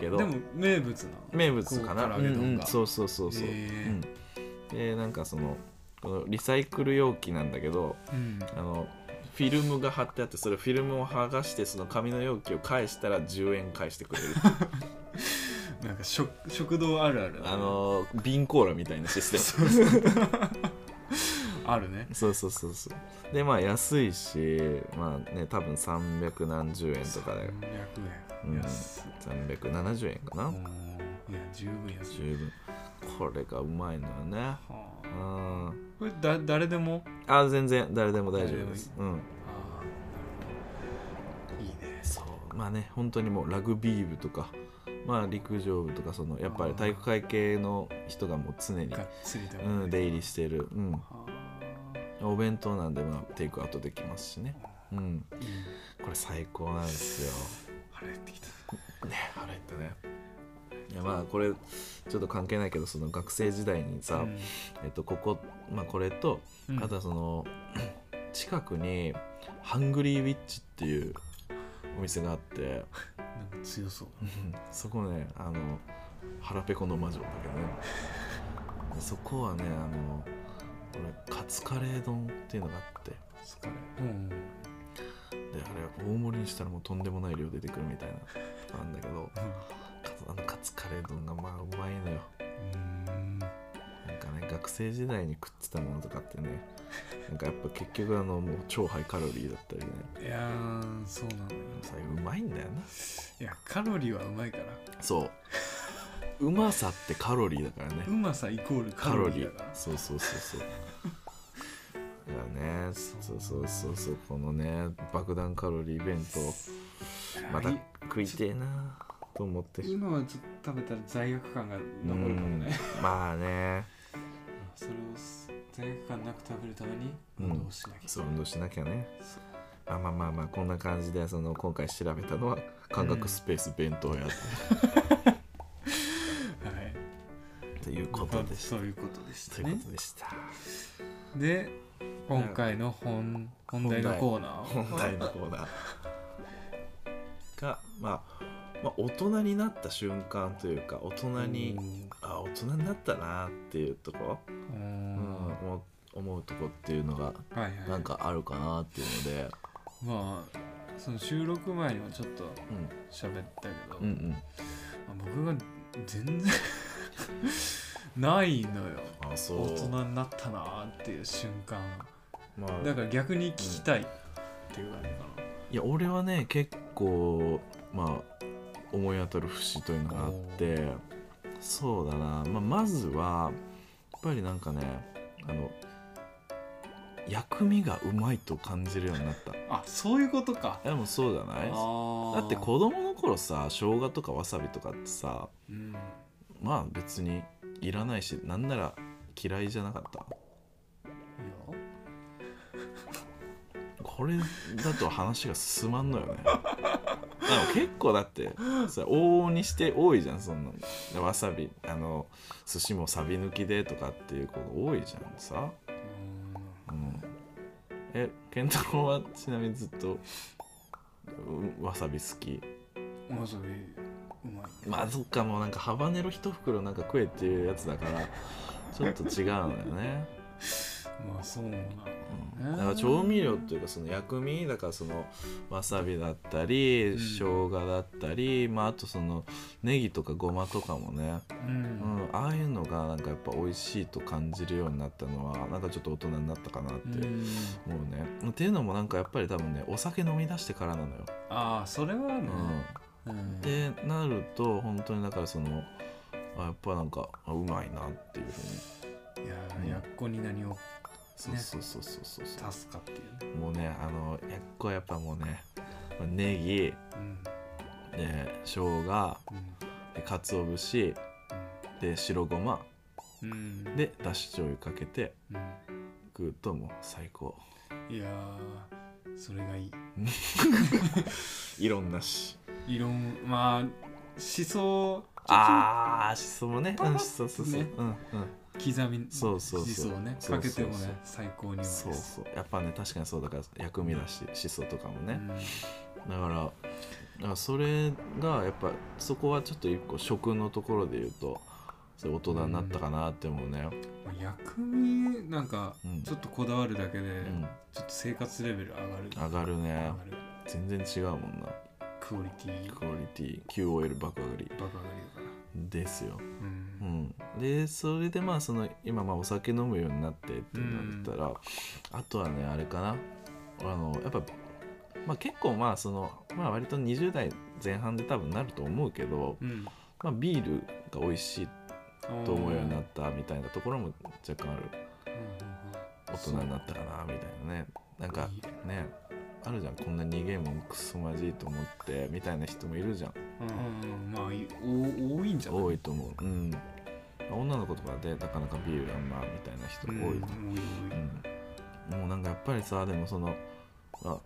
Speaker 1: けど
Speaker 2: でも名物なの
Speaker 1: 名物かな
Speaker 2: こう唐揚げ
Speaker 1: うん
Speaker 2: 丼
Speaker 1: うん
Speaker 2: が
Speaker 1: そうそうそうそう、
Speaker 2: へえ
Speaker 1: うん、でなんかそのこのリサイクル容器なんだけど
Speaker 2: うん
Speaker 1: あのフィルムが貼ってあってそれフィルムを剥がしてその紙の容器を返したら10円返してくれる
Speaker 2: なんか食食堂あるあるだね
Speaker 1: あの瓶コーラみたいなシステム
Speaker 2: そうそうあるね
Speaker 1: そうそうそうそうでまあ安いしまあね多分300何十円とかだよ
Speaker 2: 300円
Speaker 1: うん
Speaker 2: 安い
Speaker 1: 370円かな、
Speaker 2: もういや十分安い
Speaker 1: 十分これがうまいのよね
Speaker 2: は
Speaker 1: う
Speaker 2: あ
Speaker 1: ん
Speaker 2: これだ誰でも
Speaker 1: あ全然誰でも大丈夫ですうん
Speaker 2: ああいいね
Speaker 1: そうまあね本当にもうラグビー部とかまあ陸上部とかそのやっぱり体育会系の人がもう常に
Speaker 2: が、っつりだもん
Speaker 1: うん、出入りしてる、うん、
Speaker 2: あ
Speaker 1: お弁当なんでまあテイクアウトできますしね、うん、
Speaker 2: あいいね
Speaker 1: これ最高なんですよ
Speaker 2: 腹減ってきた
Speaker 1: ね腹減ったねいやまあこれちょっと関係ないけどその学生時代にさ、
Speaker 2: うん
Speaker 1: えっと、ここ、まあ、これと、
Speaker 2: うん
Speaker 1: あとはその 近くにハングリーウィッチっていうお店が あって
Speaker 2: なんか強そう
Speaker 1: そこねあの腹ペコの魔女だけどねでそこはねあの俺カツカレー丼っていうのがあって
Speaker 2: 疲れうん
Speaker 1: であれ大盛りにしたらもうとんでもない量出てくるみたいななんだけどカツあのカツカレー丼がまあうまいのよ
Speaker 2: うん
Speaker 1: なんかね学生時代に食ってたものとかってねなんかやっぱ結局あのもう超ハイカロリーだったりね
Speaker 2: いやーそうなのよ
Speaker 1: 最後うまいんだよ
Speaker 2: いやカロリーはうまいから
Speaker 1: なそううまさってカロリーだからね
Speaker 2: うまさイコールカロリーだから
Speaker 1: そうそうそうそうだからねそうそうそうそうこのね爆弾カロリー弁当また
Speaker 2: い
Speaker 1: 食いてえなと思って
Speaker 2: 今はちょっと食べたら罪悪感が残るかもね
Speaker 1: うんまあね
Speaker 2: それを罪悪感なく食べるために
Speaker 1: うん
Speaker 2: 運動をしなきゃ、
Speaker 1: そう運動しなきゃねまあまあまあまあこんな感じでその今回調べたのは感覚スペース弁当屋
Speaker 2: はい
Speaker 1: ということでし
Speaker 2: そ
Speaker 1: た、
Speaker 2: ういうことでした
Speaker 1: という
Speaker 2: ね
Speaker 1: ことでした、
Speaker 2: で今回の本本題のコーナー
Speaker 1: 本題のコーナーが、まあ、まあ大人になった瞬間というか大人に、あ大人になったなっていうとこ
Speaker 2: う
Speaker 1: ろ、うんん思う思うとこっていうのが
Speaker 2: はいは
Speaker 1: ないんかあるかなっていうので、
Speaker 2: まあその収録前にもちょっと
Speaker 1: う
Speaker 2: 喋ったけど、
Speaker 1: ん、うんうん
Speaker 2: まあ僕が全然 ないのよ
Speaker 1: あそう
Speaker 2: 大人になったなーっていう瞬間
Speaker 1: まあ
Speaker 2: だから逆に聞きたいっていう感じか
Speaker 1: いや俺はね結構まあ思い当たる節というのがあってそうだな、まあ、まずはやっぱりなんかねあの薬味がうまいと感じるようになった
Speaker 2: なあそういうことか
Speaker 1: でもそうじゃないだ
Speaker 2: だ
Speaker 1: って子供の頃さ生姜とかわさびとかってさ
Speaker 2: う、うん、
Speaker 1: まあ別にいらないしなんなら嫌いじゃなかった
Speaker 2: いいよ
Speaker 1: これだと話が進まんのよねでも結構だってさ往々にして多いじゃんそんなのわさびあの寿司もサビ抜きでとかっていう子が多いじゃんさ、うん、え健太郎はちなみにずっとうわさび好き
Speaker 2: うんわさびうまい
Speaker 1: まあそっかもうなんかハバネロ一袋なんか食えっていうやつだからちょっと違うのよね、
Speaker 2: まあそうなの
Speaker 1: うん、だから調味料というかその薬味だからそのわさびだったり
Speaker 2: うん
Speaker 1: 生姜だったり、まああとそのネギとかごまとかもね、
Speaker 2: う、
Speaker 1: うんん、ああいうのがなんかやっぱ美味しいと感じるようになったのはなんかちょっと大人になったかなって。
Speaker 2: うん
Speaker 1: 思うね、っていうのもなんかやっぱり多分ねお酒飲み出してからなのよ、
Speaker 2: ああそれはあるね、
Speaker 1: う
Speaker 2: う
Speaker 1: ん、
Speaker 2: ん
Speaker 1: ってなると本当にだからそのあやっぱなんかあうまいなっていうふうに
Speaker 2: いや
Speaker 1: う
Speaker 2: ー
Speaker 1: ん
Speaker 2: やっこに何を
Speaker 1: そうそうそうそうそうそ
Speaker 2: 足すかっていうね
Speaker 1: うもうねあのやっこはやっぱもうねネギ
Speaker 2: うん
Speaker 1: で生姜で鰹節で白ごま
Speaker 2: うんうんで、
Speaker 1: でだし醤油かけて
Speaker 2: うん
Speaker 1: 食うともう最高
Speaker 2: いやーそれがいい
Speaker 1: いろんなし
Speaker 2: いろんまあ思想
Speaker 1: あーしそもね
Speaker 2: パパッ
Speaker 1: うんしそそうそう
Speaker 2: ね
Speaker 1: うんうん
Speaker 2: 刻み
Speaker 1: そうそうそう
Speaker 2: 思想をね
Speaker 1: そう
Speaker 2: か
Speaker 1: そう
Speaker 2: け
Speaker 1: そ
Speaker 2: て
Speaker 1: う
Speaker 2: もね最高には
Speaker 1: そうそうやっぱね確かにそうだから薬味だししそとかもね、だからだからそれがやっぱそこはちょっと一個食のところで言うとそれ大人になったかなって思うね、
Speaker 2: うん、薬味なんか
Speaker 1: うん
Speaker 2: ちょっとこだわるだけで、
Speaker 1: うん
Speaker 2: ちょっと生活レベル上がる
Speaker 1: 上がる
Speaker 2: 上
Speaker 1: ね
Speaker 2: がる
Speaker 1: 全然違うもんな
Speaker 2: クオリティ
Speaker 1: クオリティ QOL 爆上がり
Speaker 2: バカ上がりだから
Speaker 1: ですよ、
Speaker 2: う
Speaker 1: うんん、でそれでまあその今まあお酒飲むようになってってなったら、あとはねあれかなあのやっぱ、まあ、結構まあその、まあ、割と20代前半で多分なると思うけど、
Speaker 2: うん
Speaker 1: まあ、ビールが美味しいと思うようにな
Speaker 2: う
Speaker 1: っ
Speaker 2: ん
Speaker 1: たみたいなところも若干ある大人になったかなみたいなねなんかねあるじゃんこんな逃げもクソまじいと思ってみたいな人もいるじゃん
Speaker 2: うんまあいお多いんじゃない
Speaker 1: 多いと思ううん女の子とかでなかなかビールあんまみたいな人多
Speaker 2: う
Speaker 1: い
Speaker 2: ん
Speaker 1: と
Speaker 2: 多
Speaker 1: 思
Speaker 2: いう多い
Speaker 1: うんもうなんかやっぱりさでもそのあ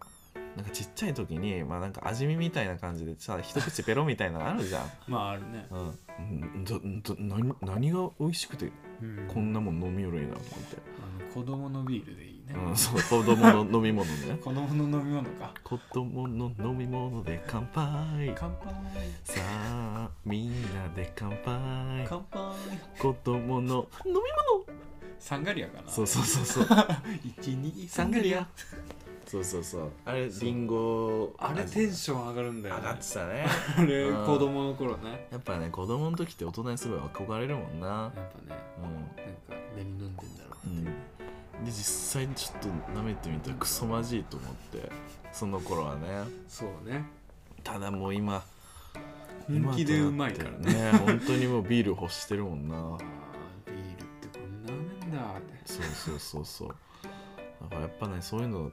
Speaker 1: なんかちっちゃい時にまあなんか味見みたいな感じでさ一口ペロみたいなのあるじゃん
Speaker 2: まああるね
Speaker 1: うんどど何何が美味しくて
Speaker 2: うん
Speaker 1: こんなもん飲みよるいなと思って
Speaker 2: あの子供のビールでいいね
Speaker 1: うん、そう子供の飲み物ね
Speaker 2: 子供の飲み物か
Speaker 1: 子供の飲み物で乾杯
Speaker 2: 乾杯
Speaker 1: さあみんなで乾杯
Speaker 2: 乾杯
Speaker 1: 子供の飲み物
Speaker 2: サンガリアかな
Speaker 1: そうそうそうそう
Speaker 2: 12
Speaker 1: サンガリアそうそうそうあれリンゴ
Speaker 2: あれテンション上がるんだ
Speaker 1: 上
Speaker 2: よね
Speaker 1: がってたね
Speaker 2: あれ
Speaker 1: うん
Speaker 2: 子供の頃ね
Speaker 1: やっぱね子供の時って大人にすごい憧れるもんな
Speaker 2: やっぱねなんか何飲んでんだろ
Speaker 1: う、
Speaker 2: うん
Speaker 1: うん、で実際にちょっと舐めてみたらクソまじいと思ってその頃はね
Speaker 2: そうね
Speaker 1: ただもう今
Speaker 2: 本気でうまいからね
Speaker 1: ね本当にもうビール欲してるもんな
Speaker 2: あービールってこんなめんだって
Speaker 1: そうそうそうそうだからやっぱねそういうのは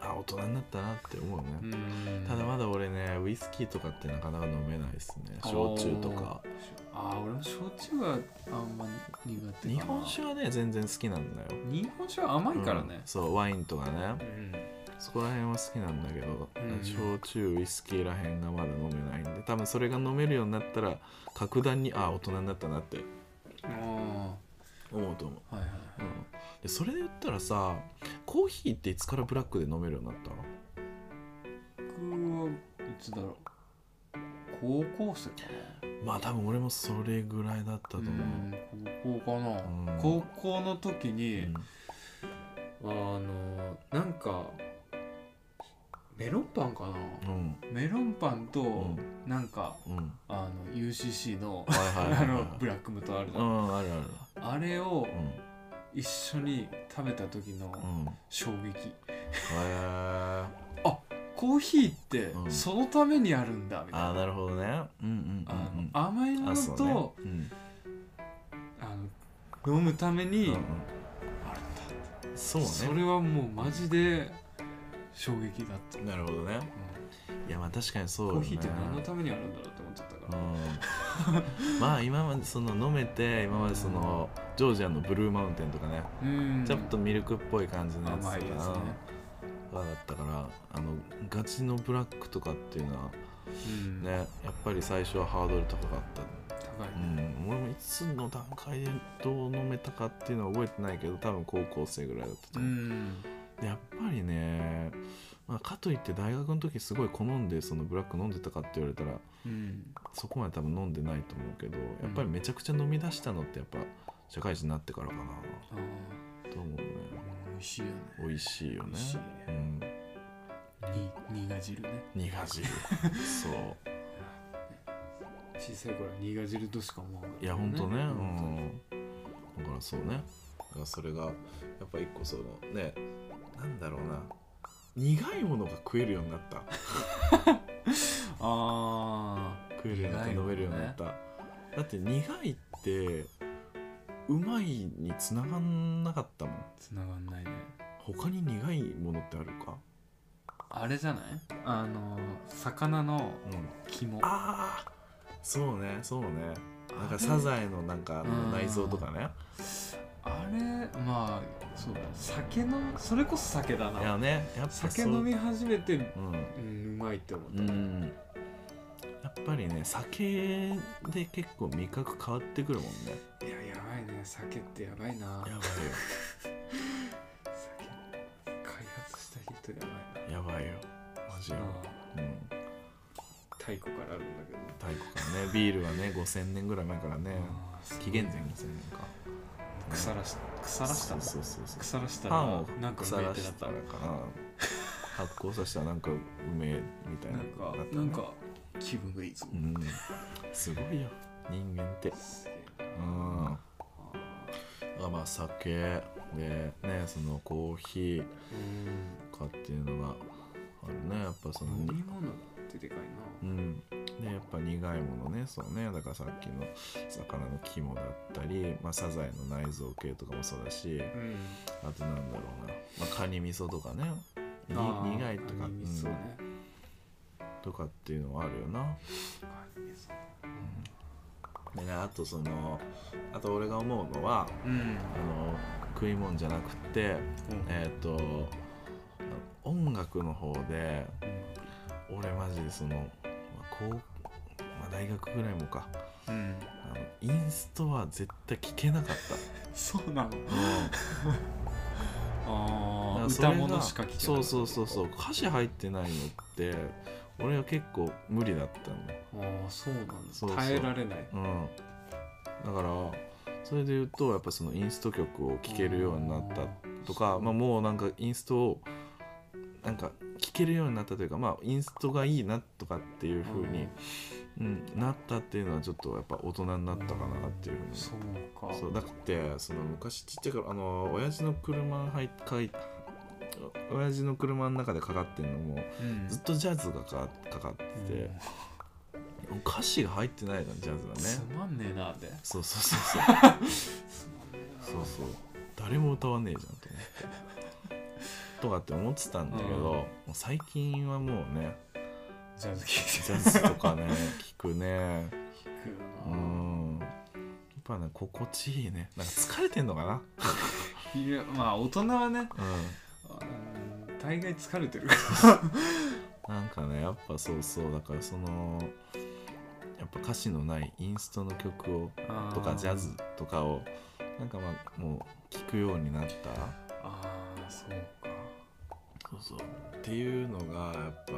Speaker 1: あ大人になったなって思うね、
Speaker 2: うん
Speaker 1: ただまだ俺ねウイスキーとかってなかなか飲めないですね焼酎とか
Speaker 2: ああ俺も焼酎はあんま苦手かな
Speaker 1: 日本酒はね全然好きなんだよ
Speaker 2: 日本酒は甘いから
Speaker 1: うん
Speaker 2: ね
Speaker 1: そうワインとかね
Speaker 2: うん
Speaker 1: そこら辺は好きなんだけど、
Speaker 2: うん
Speaker 1: 焼酎ウイスキーら辺がまだ飲めないんで多分それが飲めるようになったら格段にあ大人になったなって
Speaker 2: あ
Speaker 1: 思うと思う、
Speaker 2: あはいはい
Speaker 1: うん、でそれで言ったらさコーヒーっていつからブラックで飲めるようになったの
Speaker 2: 僕はいつだろう高校生かな
Speaker 1: まあ多分俺もそれぐらいだったと思う、
Speaker 2: うん高校かな、
Speaker 1: うん
Speaker 2: 高校の時に、あ
Speaker 1: うん
Speaker 2: のなんかメロンパンかな
Speaker 1: うん
Speaker 2: メロンパンと、
Speaker 1: ん
Speaker 2: なんか
Speaker 1: うん
Speaker 2: あの UCC の
Speaker 1: はいはいは
Speaker 2: あ
Speaker 1: いはい
Speaker 2: のブラックムとある
Speaker 1: う
Speaker 2: の、
Speaker 1: んあるある
Speaker 2: あれを
Speaker 1: うん
Speaker 2: 一緒に食べた時の
Speaker 1: うんへ
Speaker 2: 衝撃
Speaker 1: え
Speaker 2: コーヒーって
Speaker 1: うん
Speaker 2: そのためにあるんだみたい
Speaker 1: あ
Speaker 2: な
Speaker 1: あ、なるほどねうんうん
Speaker 2: あ
Speaker 1: うんうん
Speaker 2: の甘いもの
Speaker 1: あそうね
Speaker 2: と
Speaker 1: うん
Speaker 2: あ、の飲むために
Speaker 1: う
Speaker 2: あ
Speaker 1: ん
Speaker 2: る
Speaker 1: うん
Speaker 2: んだ
Speaker 1: そうね
Speaker 2: それはもうマジで衝撃だった、
Speaker 1: なるほどね
Speaker 2: うん
Speaker 1: いやまあ確かにそうよ
Speaker 2: コ
Speaker 1: ね
Speaker 2: ーヒーって何のためにあるんだろうって思っちゃったから、
Speaker 1: うんまあ今までその飲めて今までそのジョージアのブルーマウンテンとかね
Speaker 2: うん
Speaker 1: ちょっとミルクっぽい感じのやつとか
Speaker 2: 甘いやつね、
Speaker 1: がだったからあのガチのブラックとかっていうのは
Speaker 2: うん、
Speaker 1: ねやっぱり最初はハードル高かった
Speaker 2: 高い、
Speaker 1: うん、俺もいつの段階でどう飲めたかっていうのは覚えてないけど多分高校生ぐらいだったと
Speaker 2: う
Speaker 1: 思う、
Speaker 2: ん
Speaker 1: でやっぱりね、まあ、かといって大学の時すごい好んでそのブラック飲んでたかって言われたら
Speaker 2: うん
Speaker 1: そこまで多分飲んでないと思うけどやっぱりめちゃくちゃ飲み出したのってやっぱ社会人になってからかな
Speaker 2: ああ
Speaker 1: と思うね
Speaker 2: 美味しいよね
Speaker 1: 美味しいよね
Speaker 2: 美味しいね
Speaker 1: うん
Speaker 2: に苦汁ね
Speaker 1: 苦汁そう
Speaker 2: 小さい頃は苦汁としか思わなかった
Speaker 1: いやほんとね、う
Speaker 2: 本
Speaker 1: ん、だからそうねだからそれがやっぱ一個そのねなんだろうな苦いものが食えるようになった
Speaker 2: 当にあ
Speaker 1: 食えるように
Speaker 2: 苦いもの
Speaker 1: なった飲
Speaker 2: ね
Speaker 1: めるようになった、だって苦いってうまいにつながんなかったも
Speaker 2: あ
Speaker 1: ん
Speaker 2: 繋がんないね
Speaker 1: 他に苦いものってあるか、
Speaker 2: あれじゃないあの魚の
Speaker 1: うん、
Speaker 2: 肝
Speaker 1: ああそうねそうねなん
Speaker 2: あ
Speaker 1: か
Speaker 2: れ
Speaker 1: サザエのなんかあの
Speaker 2: うん
Speaker 1: 内臓とかね
Speaker 2: あれまあそうだ酒のそれこそ酒だ
Speaker 1: いや
Speaker 2: な
Speaker 1: ねやっぱそう
Speaker 2: 酒飲み始めて
Speaker 1: うん
Speaker 2: うんうまいって思っ
Speaker 1: う
Speaker 2: た、
Speaker 1: んやっぱりね酒で結構味覚変わってくるもんね
Speaker 2: いややばいね酒ってやばいな酒
Speaker 1: や
Speaker 2: 開発した人やばいな
Speaker 1: ばいよやばいよマジよ、
Speaker 2: あ
Speaker 1: うん、
Speaker 2: あ太古からあるんだけど
Speaker 1: 太古からねビールはね5000年ぐらい前からね
Speaker 2: ああすごい
Speaker 1: 紀元前5000年か
Speaker 2: 腐らし腐らしたんだ
Speaker 1: そうそうそうそう
Speaker 2: 腐らした
Speaker 1: パンを
Speaker 2: らなんか
Speaker 1: 腐
Speaker 2: うめえっ
Speaker 1: ら
Speaker 2: てな
Speaker 1: し
Speaker 2: ったた
Speaker 1: らかな発酵させたらなんかうめえみたいな
Speaker 2: なんか
Speaker 1: なったね
Speaker 2: なんか気分がいいぞ
Speaker 1: うんすごいよ人間って
Speaker 2: すげえ
Speaker 1: う
Speaker 2: なんあ
Speaker 1: あまあ酒でねそのコーヒー
Speaker 2: ーう
Speaker 1: かっていうのがあるねやっぱその
Speaker 2: ん飲み物ってでかいな
Speaker 1: うんでやっぱ苦いものねそうねだからさっきの魚の肝だったり、まあ、サザエの内臓系とかもそうだし
Speaker 2: うん
Speaker 1: あとなんだろうな、まあ、カニ味噌とかねに
Speaker 2: あー
Speaker 1: 苦いとか、
Speaker 2: カニ味噌
Speaker 1: う
Speaker 2: ね
Speaker 1: んとかっていうのはあるよな
Speaker 2: カニ味噌
Speaker 1: でねあとそのあと俺が思うのは
Speaker 2: うん
Speaker 1: あの食い物じゃなくってえっ、とあの音楽の方で俺マジでその、まあ高まあ、大学ぐらいもか
Speaker 2: うんうん
Speaker 1: あのインストは絶対聞けなか った
Speaker 2: そうなの
Speaker 1: だか
Speaker 2: ああ
Speaker 1: らそれ
Speaker 2: 歌
Speaker 1: が
Speaker 2: 物しか聞けない
Speaker 1: そうそうそうそう歌詞入ってないのって俺は結構無理だったんだ
Speaker 2: ああそうなんだ
Speaker 1: そうそう
Speaker 2: 耐えられない
Speaker 1: うんだからそれで言うとやっぱそのインスト曲を聴けるようになったとかまあ、もうなんかインストをなんか聴けるようになったというかまあインストがいいなとかっていう風に、うんなったっていうのはちょっとやっぱ大人になったかなっていうふうに
Speaker 2: そうか
Speaker 1: そうだってその昔ちっちゃい頃あの親父の車に入っかい親父の車の中でかかってんのも
Speaker 2: うん
Speaker 1: ずっとジャズがかかかかってて、歌詞が入ってないのジャズは
Speaker 2: つ
Speaker 1: ね
Speaker 2: まんねえなって
Speaker 1: そうそうそうそうそうそう誰も歌わねえじゃんと思ってとかって思ってたんだけど、
Speaker 2: うん
Speaker 1: もう最近はもうね
Speaker 2: ジャズ聞いて
Speaker 1: ジャズと かね聞くね
Speaker 2: 聞くよ
Speaker 1: う
Speaker 2: な、
Speaker 1: んやっぱね心地いいねなんか疲れてんのかない
Speaker 2: やまあ大人はね
Speaker 1: う
Speaker 2: あの大概疲れてる
Speaker 1: んなんかねやっぱそうそうだからそのやっぱ歌詞のないインストの曲をとかジャズとかをなんかまあもう聞くようになった
Speaker 2: ああそうか
Speaker 1: そうそうっていうのがやっぱ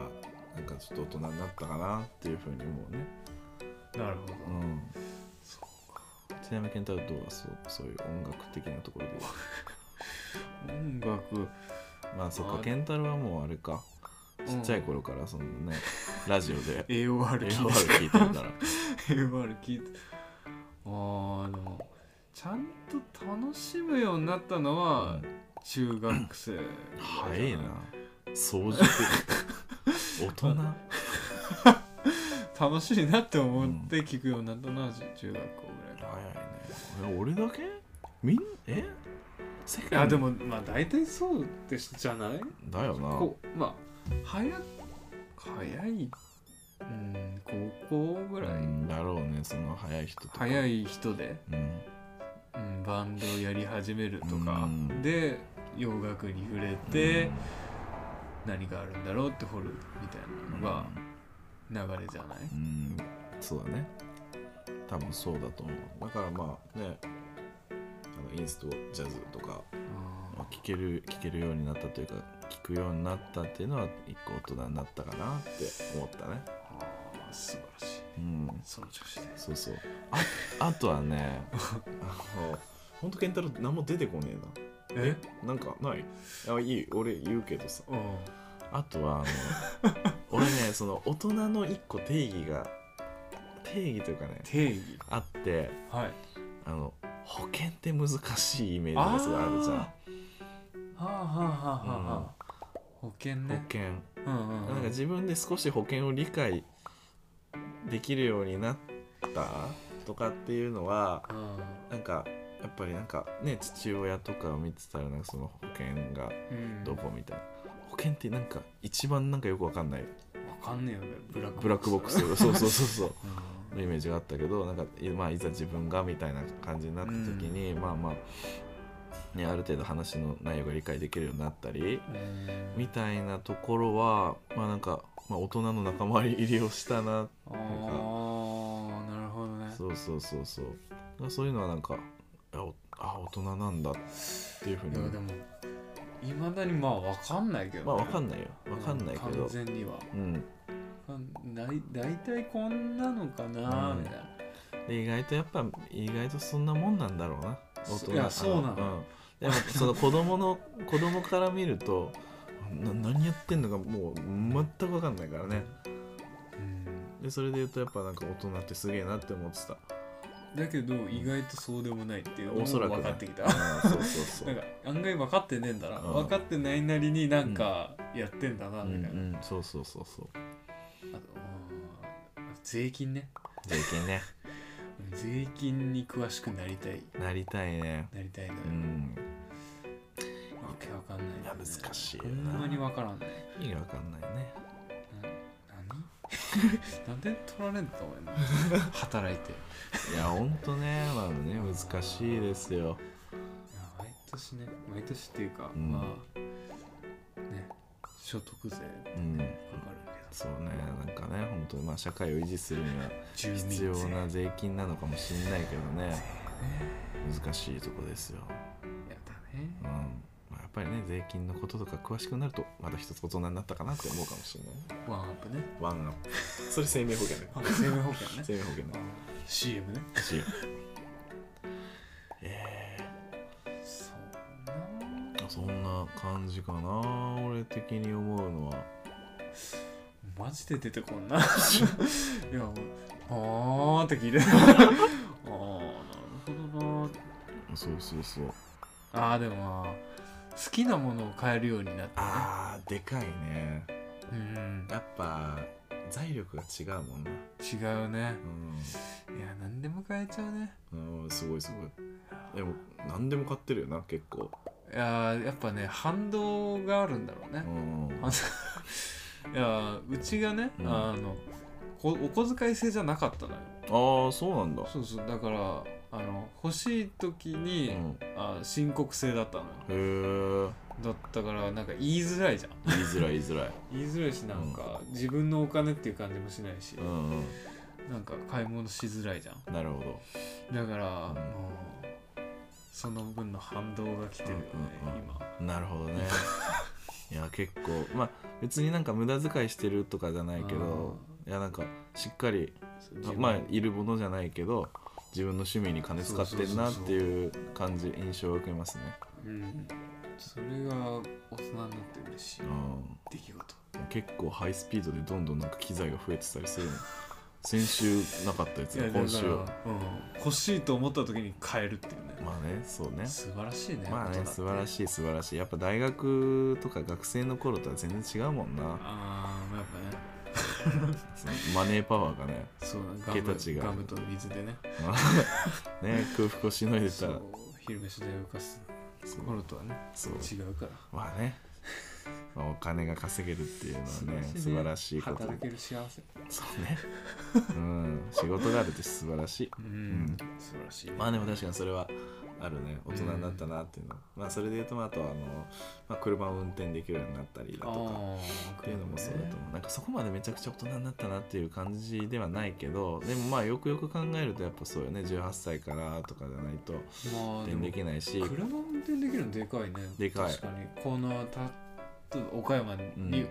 Speaker 1: なんかちょっと大人になったかなっていうふうに思うね
Speaker 2: なるほど、
Speaker 1: うん
Speaker 2: そ
Speaker 1: ちなみに健太はどうだそうそういう音楽的なところでは
Speaker 2: 音楽
Speaker 1: まあそっ
Speaker 2: あ
Speaker 1: か
Speaker 2: れ
Speaker 1: 健太郎はもうあれかちっちゃい頃からそのね、ラジオで
Speaker 2: AOR 聞
Speaker 1: AOR
Speaker 2: いて
Speaker 1: 聞いてるから
Speaker 2: AOR 聞いてあーでもちゃんと楽しむようになったの は中学生ぐら
Speaker 1: 早
Speaker 2: じゃ
Speaker 1: いな早熟大人
Speaker 2: 楽しいなって思って聞くようになったのは中学校ぐらいか
Speaker 1: 早いねえ俺だけみんえ世
Speaker 2: いや
Speaker 1: 界
Speaker 2: でもまあ大体そうでしじゃない
Speaker 1: だよな
Speaker 2: こうまあ早早いうん高校ぐらい、
Speaker 1: うんだろうねその早い人とか
Speaker 2: 早
Speaker 1: い、
Speaker 2: い人で、
Speaker 1: うん、
Speaker 2: うん、バンドをやり始めると
Speaker 1: う
Speaker 2: か
Speaker 1: ん
Speaker 2: で洋楽に触れて何があるんだろうって掘るみたいなのが流れじゃない
Speaker 1: うんそうだね多分そうだと思うだからまあねあのインストジャズとか、まあ、聴ける聴けるようになったというか聴くようになったっていうのは一個大人になったかなって思ったね
Speaker 2: ああ素晴らしい
Speaker 1: うん
Speaker 2: その調子です
Speaker 1: そうそうあ あとはねあのほんと健太郎何も出てこね
Speaker 2: え
Speaker 1: えななんかないあいい俺言うけどさ
Speaker 2: うん
Speaker 1: あとはあの俺ねその大人の一個定義が定義というかね
Speaker 2: 定義
Speaker 1: あって
Speaker 2: はい
Speaker 1: あの保険って難しいイメージがすごいあるじゃ
Speaker 2: あ
Speaker 1: ん
Speaker 2: はあはあはあはあ、保険
Speaker 1: 保
Speaker 2: ね
Speaker 1: 険、
Speaker 2: うんうん
Speaker 1: なんか自分で少し保険を理解できるようになったとかっていうのはなんかやっぱりなんかね父親とかを見てたらなんかその保険が
Speaker 2: うん
Speaker 1: どこみたいな、保険ってなんか一番なんかよくわかんない
Speaker 2: わかんねえよねブラック
Speaker 1: ブラックボックスそうそうそうそう
Speaker 2: うん
Speaker 1: のイメージがあったけどなんか、いまあ、いざ自分がみたいな感じになった時に、まあまあ、ね、ある程度話の内容が理解できるようになったり
Speaker 2: うん
Speaker 1: みたいなところはまあなんか、まあ、大人の仲間入りをしたな
Speaker 2: ああなるほどね
Speaker 1: そうそうそうそうまあそういうのはなんかあおあ大人なんだっていうふう
Speaker 2: いや
Speaker 1: に
Speaker 2: でもいまだにまあわかんないけど、ね、
Speaker 1: まあわ
Speaker 2: な
Speaker 1: か
Speaker 2: い
Speaker 1: んないよわかんないけど
Speaker 2: 完全には
Speaker 1: うん、
Speaker 2: わかんない大体こんなのかな
Speaker 1: うん
Speaker 2: みたいな、
Speaker 1: で意外とやっぱ意外とそんなもんなんだろうな大人
Speaker 2: いやそうなの
Speaker 1: ん、でもその子供の 子供から見るとな何やってんのかもう全く分かんないからねでそれで言うとやっぱなんか大人ってすげえなって思ってた
Speaker 2: だけど意外とそうでもないっていう
Speaker 1: おそらくね
Speaker 2: 分かってきた
Speaker 1: うんそうそうそう
Speaker 2: なんか案外分かってねえんだな
Speaker 1: うん
Speaker 2: 分かってないなりになんかやってんだな
Speaker 1: うん
Speaker 2: みたいな、
Speaker 1: うん、そうそうそうそう
Speaker 2: あとうん税金ね
Speaker 1: 税金ね
Speaker 2: 税金に詳しくなりたい
Speaker 1: なりたいね
Speaker 2: なりたいのよ、
Speaker 1: うん
Speaker 2: わけわかんない,、
Speaker 1: いや難しいよ
Speaker 2: ほ
Speaker 1: なん
Speaker 2: まにわからんね
Speaker 1: 意味が分かんないね
Speaker 2: 何 なんで取られんのお前 働いてい
Speaker 1: いやほんとねまあね難しいですよ
Speaker 2: や毎年ね毎年っていうか、
Speaker 1: うん
Speaker 2: まあね所得税かかる
Speaker 1: うん
Speaker 2: け
Speaker 1: そうねなんかね本当にまあ社会を維持するには
Speaker 2: ど住民税
Speaker 1: 必要な税金なのかもしれないけどね難しいとこですよ、
Speaker 2: やだね
Speaker 1: うんまあ、やっぱりね税金のこととか詳しくなるとまた一つ大人になったかなって思うかもしれない
Speaker 2: ワンアップね
Speaker 1: ワンアップ それ生命保険だよ
Speaker 2: あ生命保険ね
Speaker 1: 生命保険
Speaker 2: あ CM ね
Speaker 1: だしえ
Speaker 2: そんな
Speaker 1: ー、そんな感じかな俺的に思うのは
Speaker 2: マジで出てこ んないやもうあーって 聞いてあーなるほどな
Speaker 1: そうそうそう
Speaker 2: あーでもまあ好きなものを買えるようになったね
Speaker 1: あーでかいね
Speaker 2: うん
Speaker 1: やっぱ財力が違うもんな
Speaker 2: 違うね
Speaker 1: う
Speaker 2: いや何でも買えちゃうね
Speaker 1: ん、うん、すごいすごいでも何でも買ってるよな結構
Speaker 2: いやーやっぱね反動があるんだろうね
Speaker 1: うん
Speaker 2: あのいやーうちがね、
Speaker 1: うん
Speaker 2: あのこお小遣い制じゃなかったのよ
Speaker 1: ああそうなんだ
Speaker 2: そうそうだからあの欲しい時
Speaker 1: う
Speaker 2: に、
Speaker 1: ん、へ
Speaker 2: あ申告制だったのよ
Speaker 1: え
Speaker 2: だったからなんか言いづらいじゃん
Speaker 1: 言いづらい言いづらい
Speaker 2: 言いづらいしなんか、自分のお金っていう感じもしないし、
Speaker 1: うんうん
Speaker 2: なんか買い物しづらいじゃん
Speaker 1: なるほど
Speaker 2: だから、も
Speaker 1: ん
Speaker 2: うその分の反動が来てるよね、
Speaker 1: うんうんうん
Speaker 2: 今
Speaker 1: なるほどね いや結構まあ別になんか無駄遣いしてるとかじゃないけどいやなんかしっかり
Speaker 2: 自分
Speaker 1: まあいるものじゃないけど自分の趣味に金使ってるなっていう感じ印象を受けますね
Speaker 2: うんそれが大人になって嬉しい
Speaker 1: うん
Speaker 2: 出来事
Speaker 1: 結構ハイスピードでどんどんなんか機材が増えてたりするの先週なかったやつ
Speaker 2: いや
Speaker 1: が
Speaker 2: だから
Speaker 1: 今週は
Speaker 2: うん、欲しいと思った時に買えるっていうね、
Speaker 1: まあねそうね
Speaker 2: 素晴らしいね
Speaker 1: まあね素晴ら
Speaker 2: い
Speaker 1: しい素晴らしいやっぱ大学とか学生の頃とは全然違うもんな
Speaker 2: ああまあやっぱね
Speaker 1: そのマネーパワーがね
Speaker 2: そうだねガ
Speaker 1: 桁違い
Speaker 2: ムガムと水でね
Speaker 1: ね空腹をしのいでた
Speaker 2: そ
Speaker 1: ら
Speaker 2: う昼飯で浮かす
Speaker 1: そう
Speaker 2: 頃とはね
Speaker 1: そう
Speaker 2: 違うから
Speaker 1: まあね、まあお金が稼げるっていうのはね素晴らしいこと
Speaker 2: 働ける幸せ
Speaker 1: そうねうん仕事があるって素晴らしい
Speaker 2: うん、素晴らしい、
Speaker 1: まあでも確かにそれはあるね大人になったなっていうのは、まあそれで言うとまああとはあの、まあ、車を運転できるようになったりだ
Speaker 2: あ
Speaker 1: とか
Speaker 2: ー
Speaker 1: っていうのもそうだと思うなんかそこまでめちゃくちゃ大人になったなっていう感じではないけどでもまあよくよく考えるとやっぱそうよね18歳からとかじゃないと
Speaker 2: まあで
Speaker 1: 運転
Speaker 2: も
Speaker 1: できないし
Speaker 2: 車運転できるのでかいね
Speaker 1: でかい
Speaker 2: 確かにこのた岡山に,、
Speaker 1: うん
Speaker 2: に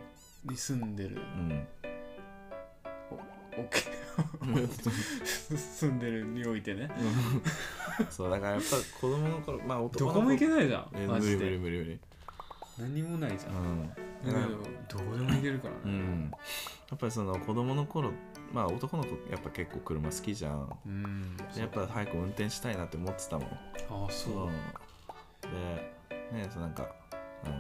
Speaker 2: 住んでる
Speaker 1: うん
Speaker 2: おけ 住んでるにおいてね
Speaker 1: そうだからやっぱ子供の頃まあ男
Speaker 2: ど
Speaker 1: の
Speaker 2: こ
Speaker 1: 子
Speaker 2: も行けないじゃ
Speaker 1: え
Speaker 2: ん
Speaker 1: 無
Speaker 2: マ
Speaker 1: 理
Speaker 2: ジ
Speaker 1: 無理
Speaker 2: で
Speaker 1: 無理無理
Speaker 2: 何もないじゃん、
Speaker 1: う
Speaker 2: だ
Speaker 1: ん
Speaker 2: けどどこでも行けるからね、
Speaker 1: うんやっぱりその子供の頃まあ男の子やっぱ結構車好きじゃん
Speaker 2: うん
Speaker 1: でやっぱ早く運転したいなって思ってたもん
Speaker 2: ああそう
Speaker 1: うんでねそうなんかあの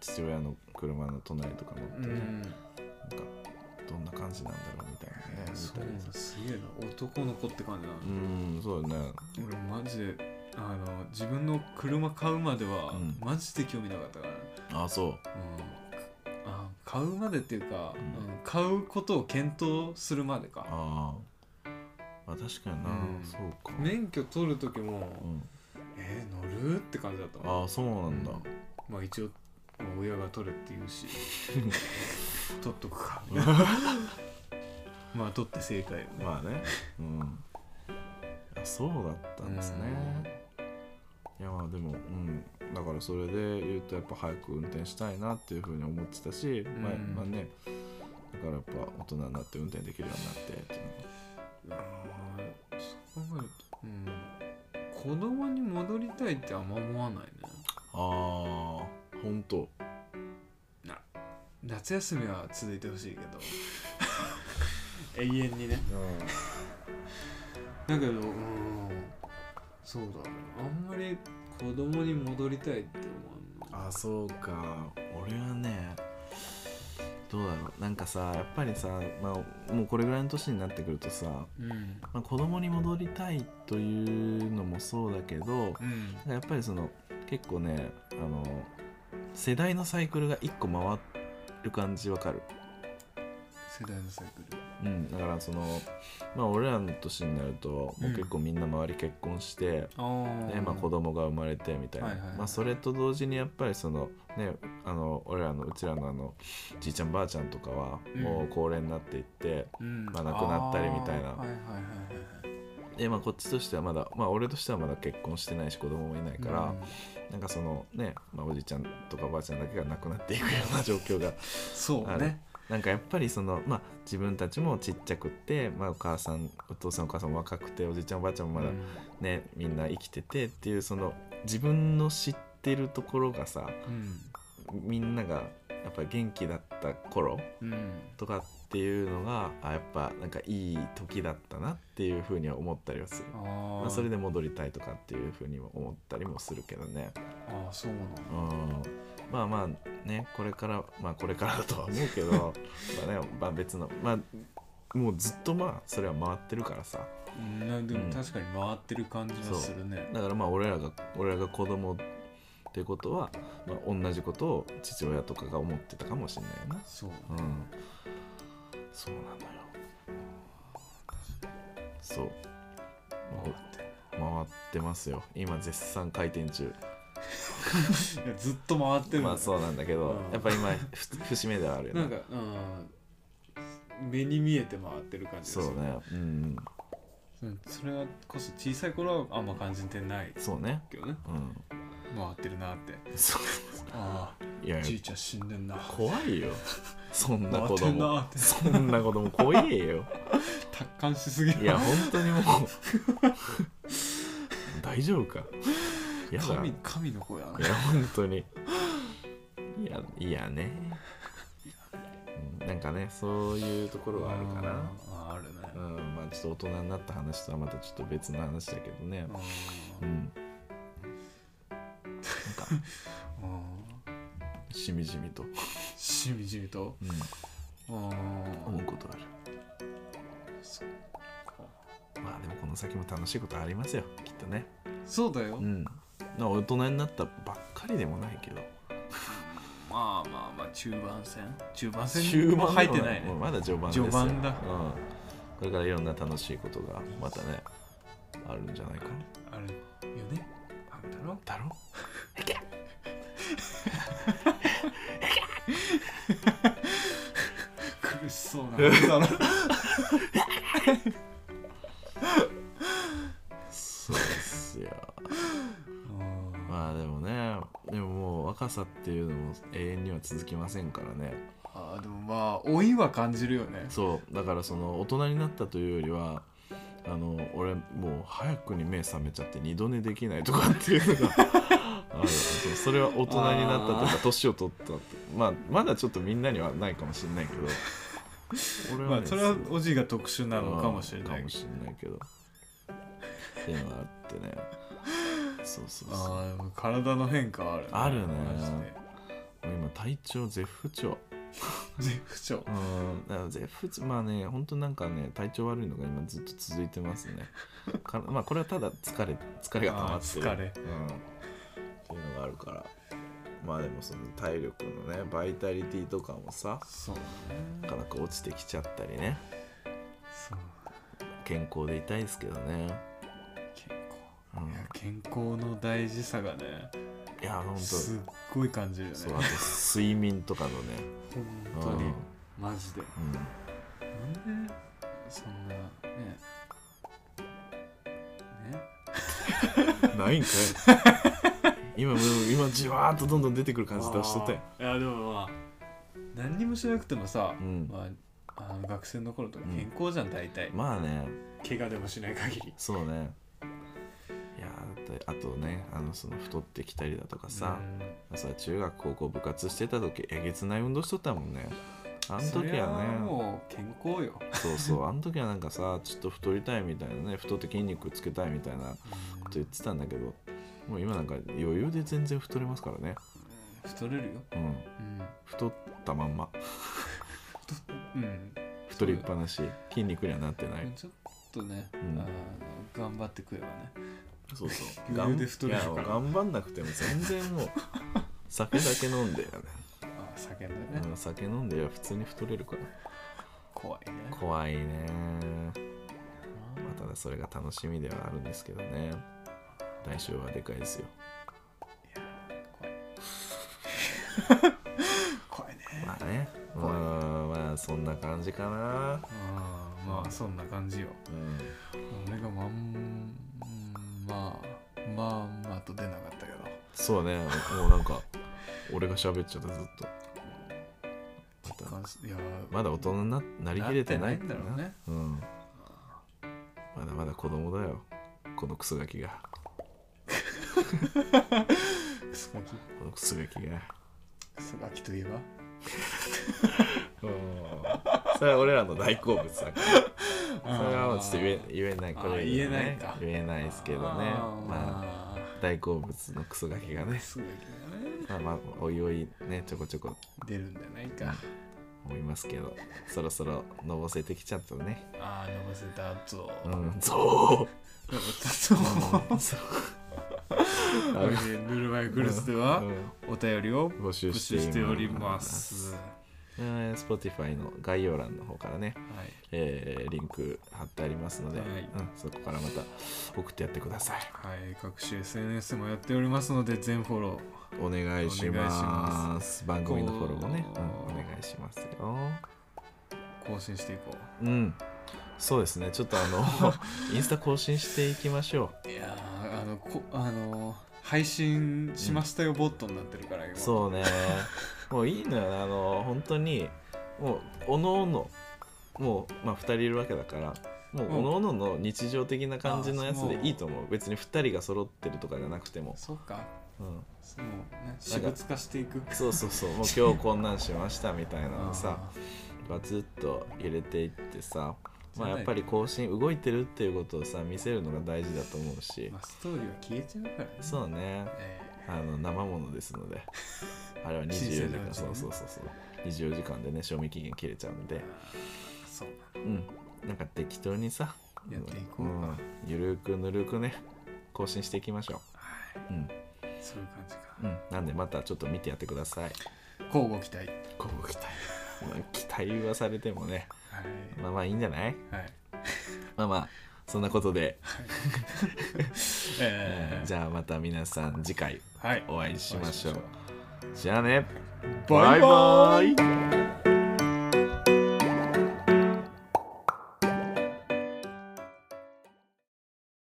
Speaker 1: 父親の車の隣とか乗って
Speaker 2: う
Speaker 1: ね、
Speaker 2: ん
Speaker 1: なんかどんな感じなんだろうみたいなね見
Speaker 2: そう
Speaker 1: たり
Speaker 2: なんだすげえな男の子って感じだな
Speaker 1: うんそうだね
Speaker 2: 俺マジであの自分の車買うまでは、
Speaker 1: うん
Speaker 2: マジで興味なかったから、
Speaker 1: あそう
Speaker 2: うん、あ買うまでっていうか、
Speaker 1: うん
Speaker 2: うん買うことを検討するまでか
Speaker 1: あー、まあ確かにな、
Speaker 2: うん
Speaker 1: そうか、
Speaker 2: 免許取る時
Speaker 1: う
Speaker 2: も
Speaker 1: ん、
Speaker 2: えー、乗るって感じだったの
Speaker 1: ああそうなんだ、
Speaker 2: うんまあ一応まあ親が取れって言う し取っとくか
Speaker 1: うん
Speaker 2: まあ取って正解よね、
Speaker 1: まあね、うん、あそうだったんですね。いやまあでも、うん、だからそれで言うとやっぱ早く運転したいなっていうふうに思ってたし、まあ
Speaker 2: うん
Speaker 1: まあねだからやっぱ大人になって運転できるようになってっていうのが
Speaker 2: うんそう考えると、うん、子供に戻りたいってあんま思わないね
Speaker 1: ああ本当
Speaker 2: 夏休みは続いてほしいけど 永遠にねだけどうーんそうだねあんまり子供に戻りたいって思わんな
Speaker 1: あそうか俺はねどうだろうなんかさやっぱりさ、まあ、もうこれぐらいの年になってくるとさ、
Speaker 2: うん
Speaker 1: まあ、子供に戻りたいというのもそうだけど
Speaker 2: うん
Speaker 1: やっぱりその結構ねあの世代のサイクルが一個回る感じわかる、
Speaker 2: 世代のサイクル
Speaker 1: うん、だからそのまあ俺らの年になるともう
Speaker 2: うん
Speaker 1: 結構みんな周り結婚して、
Speaker 2: あ
Speaker 1: ねまあ、子供が生まれてみたいな、
Speaker 2: はいはいはい
Speaker 1: まあ、それと同時にやっぱりそのねあの俺らのうちらのあのじいちゃんばあちゃんとかは
Speaker 2: うん
Speaker 1: もう高齢になっていって、
Speaker 2: うん
Speaker 1: まあ亡くなったりみたいな
Speaker 2: あーはいはいはいはい
Speaker 1: でまあこっちとしてはまだまあ俺としてはまだ結婚してないし子供もいないから、
Speaker 2: うん
Speaker 1: なんかそのね、まあ、おじいちゃんとかおばあちゃんだけが亡くなっていくような状況が
Speaker 2: そうね
Speaker 1: なんかやっぱりその、まあ、自分たちもちっちゃくって、まあ、お母さんお父さんお母さんも若くておじいちゃんおばあちゃんもまだね、みんな生きててっていうその自分の知ってるところがさ
Speaker 2: うん
Speaker 1: みんながやっぱり元気だった頃
Speaker 2: うん
Speaker 1: とかっっていうのがあやっぱなんかいい時だったなっていうふうには思ったりはする、
Speaker 2: あ
Speaker 1: ま
Speaker 2: あ
Speaker 1: あ、それで戻りたいとかっていうふうにも思ったりもするけどね
Speaker 2: ああそうなの
Speaker 1: うんまあまあねこれからまあこれからだとは思 うけどまあね、まあ、別のまあもうずっとまあそれは回ってるからさ
Speaker 2: うんなで
Speaker 1: うん
Speaker 2: も確かに回ってる感じはするね、
Speaker 1: だからまあ俺らが俺らが子供っていうことは、まあ、同じことを父親とかが思ってたかもしれないよな
Speaker 2: そう
Speaker 1: うんそうなのよそう
Speaker 2: 回って
Speaker 1: 回ってますよ今絶賛回転中
Speaker 2: るいやずっと回ってる
Speaker 1: ま
Speaker 2: の
Speaker 1: あそうなんだけど、
Speaker 2: うん
Speaker 1: やっぱ今ふ 節目ではあるよね
Speaker 2: なんかうん目に見えて回ってる感じが
Speaker 1: そ
Speaker 2: す
Speaker 1: う
Speaker 2: る
Speaker 1: ねうん
Speaker 2: うんそれはこそ小さい頃はあんま感じてない
Speaker 1: そうね
Speaker 2: けどね
Speaker 1: うん
Speaker 2: 回ってるなって
Speaker 1: そう
Speaker 2: あ
Speaker 1: いや
Speaker 2: あ
Speaker 1: い
Speaker 2: じ
Speaker 1: や
Speaker 2: いちゃん死んでんな
Speaker 1: 怖いよそんな
Speaker 2: 回
Speaker 1: 子
Speaker 2: ってんな
Speaker 1: 供
Speaker 2: ーって
Speaker 1: そんな子供怖いよ
Speaker 2: 達観しすぎ
Speaker 1: い
Speaker 2: る
Speaker 1: や本当にもう大丈夫かいやだ
Speaker 2: 神
Speaker 1: い
Speaker 2: 神の子やな
Speaker 1: や本当にいやいやねうんなんかねそういうところはあるかな
Speaker 2: あーあるね
Speaker 1: うんまあちょっと大人になった話とはまたちょっと別の話だけどね
Speaker 2: うん
Speaker 1: う
Speaker 2: う
Speaker 1: ん
Speaker 2: ん
Speaker 1: しみじみと、
Speaker 2: しみじみと
Speaker 1: う
Speaker 2: う
Speaker 1: ん
Speaker 2: ん
Speaker 1: 思うことある
Speaker 2: そっか
Speaker 1: まあでもこの先も楽しいことありますよきっとね
Speaker 2: そうだよ
Speaker 1: うんまあ大人になったばっかりでもないけど
Speaker 2: まあまあまあ中盤戦中盤戦
Speaker 1: 中盤
Speaker 2: も入ってない
Speaker 1: もう
Speaker 2: ね
Speaker 1: まだ序盤ですよ
Speaker 2: 序盤だ
Speaker 1: うん、これからいろんな楽しいことがまたねあるんじゃないか
Speaker 2: あるよねあんだろ
Speaker 1: だろ
Speaker 2: 苦しそうな話だな
Speaker 1: そうですよ
Speaker 2: うん
Speaker 1: まあでもねでももう若さっていうのも永遠には続きませんからね
Speaker 2: あーでもまあ老いは感じるよね
Speaker 1: そうだからその大人になったというよりはあの俺もう早くに目覚めちゃって二度寝できないとかっていうのがあるそうそれは大人になったと
Speaker 2: あ
Speaker 1: か年を取ったとまあまだちょっとみんなにはないかもしれないけど俺
Speaker 2: まあ
Speaker 1: ね
Speaker 2: それは
Speaker 1: すごい
Speaker 2: おじいが特殊なのかもしれ
Speaker 1: うん
Speaker 2: な
Speaker 1: か
Speaker 2: い
Speaker 1: もしれないけどっていうのがあってねそうそうそうも
Speaker 2: あーでも体の変化はある、
Speaker 1: あるね
Speaker 2: マジで
Speaker 1: う今体調絶不調
Speaker 2: 絶不調
Speaker 1: うん、だから絶不調まあね本当なんかね体調悪いのが今ずっと続いてます ねかまあこれはただ疲れ疲れが溜まってる
Speaker 2: あー疲れ
Speaker 1: うん、っていうのがあるからまあでもその体力のねバイタリティとかもさ
Speaker 2: そう
Speaker 1: なかなか落ちてきちゃったりね
Speaker 2: そう
Speaker 1: 健康でいたいですけどね、
Speaker 2: 健
Speaker 1: う
Speaker 2: 康
Speaker 1: ん
Speaker 2: いや健康の大事さがね
Speaker 1: いや本当
Speaker 2: すっごい感じるよ
Speaker 1: そう
Speaker 2: ね
Speaker 1: あと睡眠とかのね
Speaker 2: 本当
Speaker 1: うん
Speaker 2: にマジで
Speaker 1: うん
Speaker 2: なんでそんなねね
Speaker 1: ないんかい 今もう今じわーっとどんどん出てくる感じ出しとったよ
Speaker 2: あーいやでもまあ何にもしなくてもさ、
Speaker 1: うん
Speaker 2: まあ、あの学生の頃とか
Speaker 1: うん
Speaker 2: 健康じゃん大体、
Speaker 1: まあね
Speaker 2: 怪我でもしない限り
Speaker 1: そうねいやーだってあとねあのその太ってきたりだとかさ、それ中学高校部活してた時えげつない運動しとったもんねあ
Speaker 2: あ
Speaker 1: の
Speaker 2: ん、そ
Speaker 1: 時
Speaker 2: れは
Speaker 1: はね
Speaker 2: もう健康よ、
Speaker 1: そうそうあの時はなんかさちょっと太りたいみたいなね太って筋肉つけたいみたいなこと言ってたんだけどもう今なんか余裕で全然太れますからね
Speaker 2: 太れるよ
Speaker 1: うん
Speaker 2: うん
Speaker 1: 太ったまんま
Speaker 2: うん
Speaker 1: 太りっぱなし筋肉にはなってない
Speaker 2: ちょっとね、
Speaker 1: ん
Speaker 2: あの頑張って食えばね
Speaker 1: そうそう
Speaker 2: 余裕で太れるから
Speaker 1: いや頑張んなくても全然もう酒だけ飲んでよね
Speaker 2: あ酒飲んでね、
Speaker 1: うん酒飲んでりゃ普通に太れるから
Speaker 2: 怖いね
Speaker 1: 怖いねまあただそれが楽しみではあるんですけどね代償はでかいですよ
Speaker 2: 怖い 怖いね
Speaker 1: まあねうーんまあそんな感じかな
Speaker 2: うんまあそんな感じよ
Speaker 1: うん
Speaker 2: 俺がまんうんまあまあまあと出なかったけど
Speaker 1: そう ねもうなんか俺が喋っちゃったずっと
Speaker 2: 実感しいや
Speaker 1: まだ大人にななりきれてない
Speaker 2: なってないんだろうね
Speaker 1: うんまだまだ子供だよこのクソガキが
Speaker 2: クソガキ
Speaker 1: このクソガキが
Speaker 2: クソガキといえば
Speaker 1: うんそれは俺らの大好物だからそれはもうちょっと言え言えないこれ以上
Speaker 2: あー言えないか
Speaker 1: 言えないですけどねまあ
Speaker 2: あ
Speaker 1: 大好物のクソガキが
Speaker 2: ー、
Speaker 1: ね
Speaker 2: すごいけどね
Speaker 1: まあまあおいおいねちょこちょこ
Speaker 2: 出るんじゃないか
Speaker 1: 思いますけどそろそろのぼせてきちゃったね
Speaker 2: ああ伸ばせたぞ、
Speaker 1: う
Speaker 2: 伸ば
Speaker 1: んそう
Speaker 2: せたぞ
Speaker 1: そう
Speaker 2: ぬるま湯クルスではお便りを
Speaker 1: 募集
Speaker 2: 募集
Speaker 1: し
Speaker 2: してております。
Speaker 1: えー Spotify の概要欄の方からね、
Speaker 2: はい、
Speaker 1: えーリンク貼ってありますので、
Speaker 2: はい
Speaker 1: うん、そこからまた送ってやってください
Speaker 2: はい、各種 SNS もやっておりますので全フォロ
Speaker 1: お願いし
Speaker 2: お願いし
Speaker 1: ま
Speaker 2: ます
Speaker 1: 番組のフォローもね、う、
Speaker 2: こうん
Speaker 1: お願いしますよ
Speaker 2: ー更新していこ
Speaker 1: うんそうですねちょっとあ のインスタ更新していきましょ
Speaker 2: ういやーあのこあのー配信しましたよ、ボットになってるから今
Speaker 1: うそうねもういいのよあの本当にもうおのおのもう、まあ、2人いるわけだからもうおのおのの日常的な感じのやつでいいと思う別に2人が揃ってるとかじゃなくても、
Speaker 2: そうか
Speaker 1: うん、
Speaker 2: その、ね、私物化していく
Speaker 1: そうそうそう もう今日こんなんしましたみたいなのさ
Speaker 2: あ
Speaker 1: バツッと入れていってさま
Speaker 2: そう
Speaker 1: あ
Speaker 2: だよ
Speaker 1: やっぱり更新動いてるっていうことをさ見せるのが大事だと思う
Speaker 2: ー
Speaker 1: し
Speaker 2: まあ、ストーリーは消えちゃうからね
Speaker 1: そうね
Speaker 2: え
Speaker 1: あの生ものですの であれは
Speaker 2: 新鮮
Speaker 1: 24時
Speaker 2: なう
Speaker 1: 間
Speaker 2: ちにね
Speaker 1: そうそうそうそう24時間でね賞味期限切れちゃうんで
Speaker 2: ーあーそう
Speaker 1: うんなんか適当にさ
Speaker 2: やっていこうか
Speaker 1: んゆるくぬるくね更新していきましょ
Speaker 2: は
Speaker 1: ううん
Speaker 2: いそういう感じか
Speaker 1: うんなんでまたちょっと見てやってください
Speaker 2: 交互期待
Speaker 1: ご期待まあ期待はされてもね
Speaker 2: は
Speaker 1: まあまあいいんじゃない
Speaker 2: いはい
Speaker 1: まあまあそんなことで、
Speaker 2: えー、
Speaker 1: じゃあまた皆さん次回
Speaker 2: はい
Speaker 1: お会いしましょうじゃあね
Speaker 2: バイバイ
Speaker 1: イ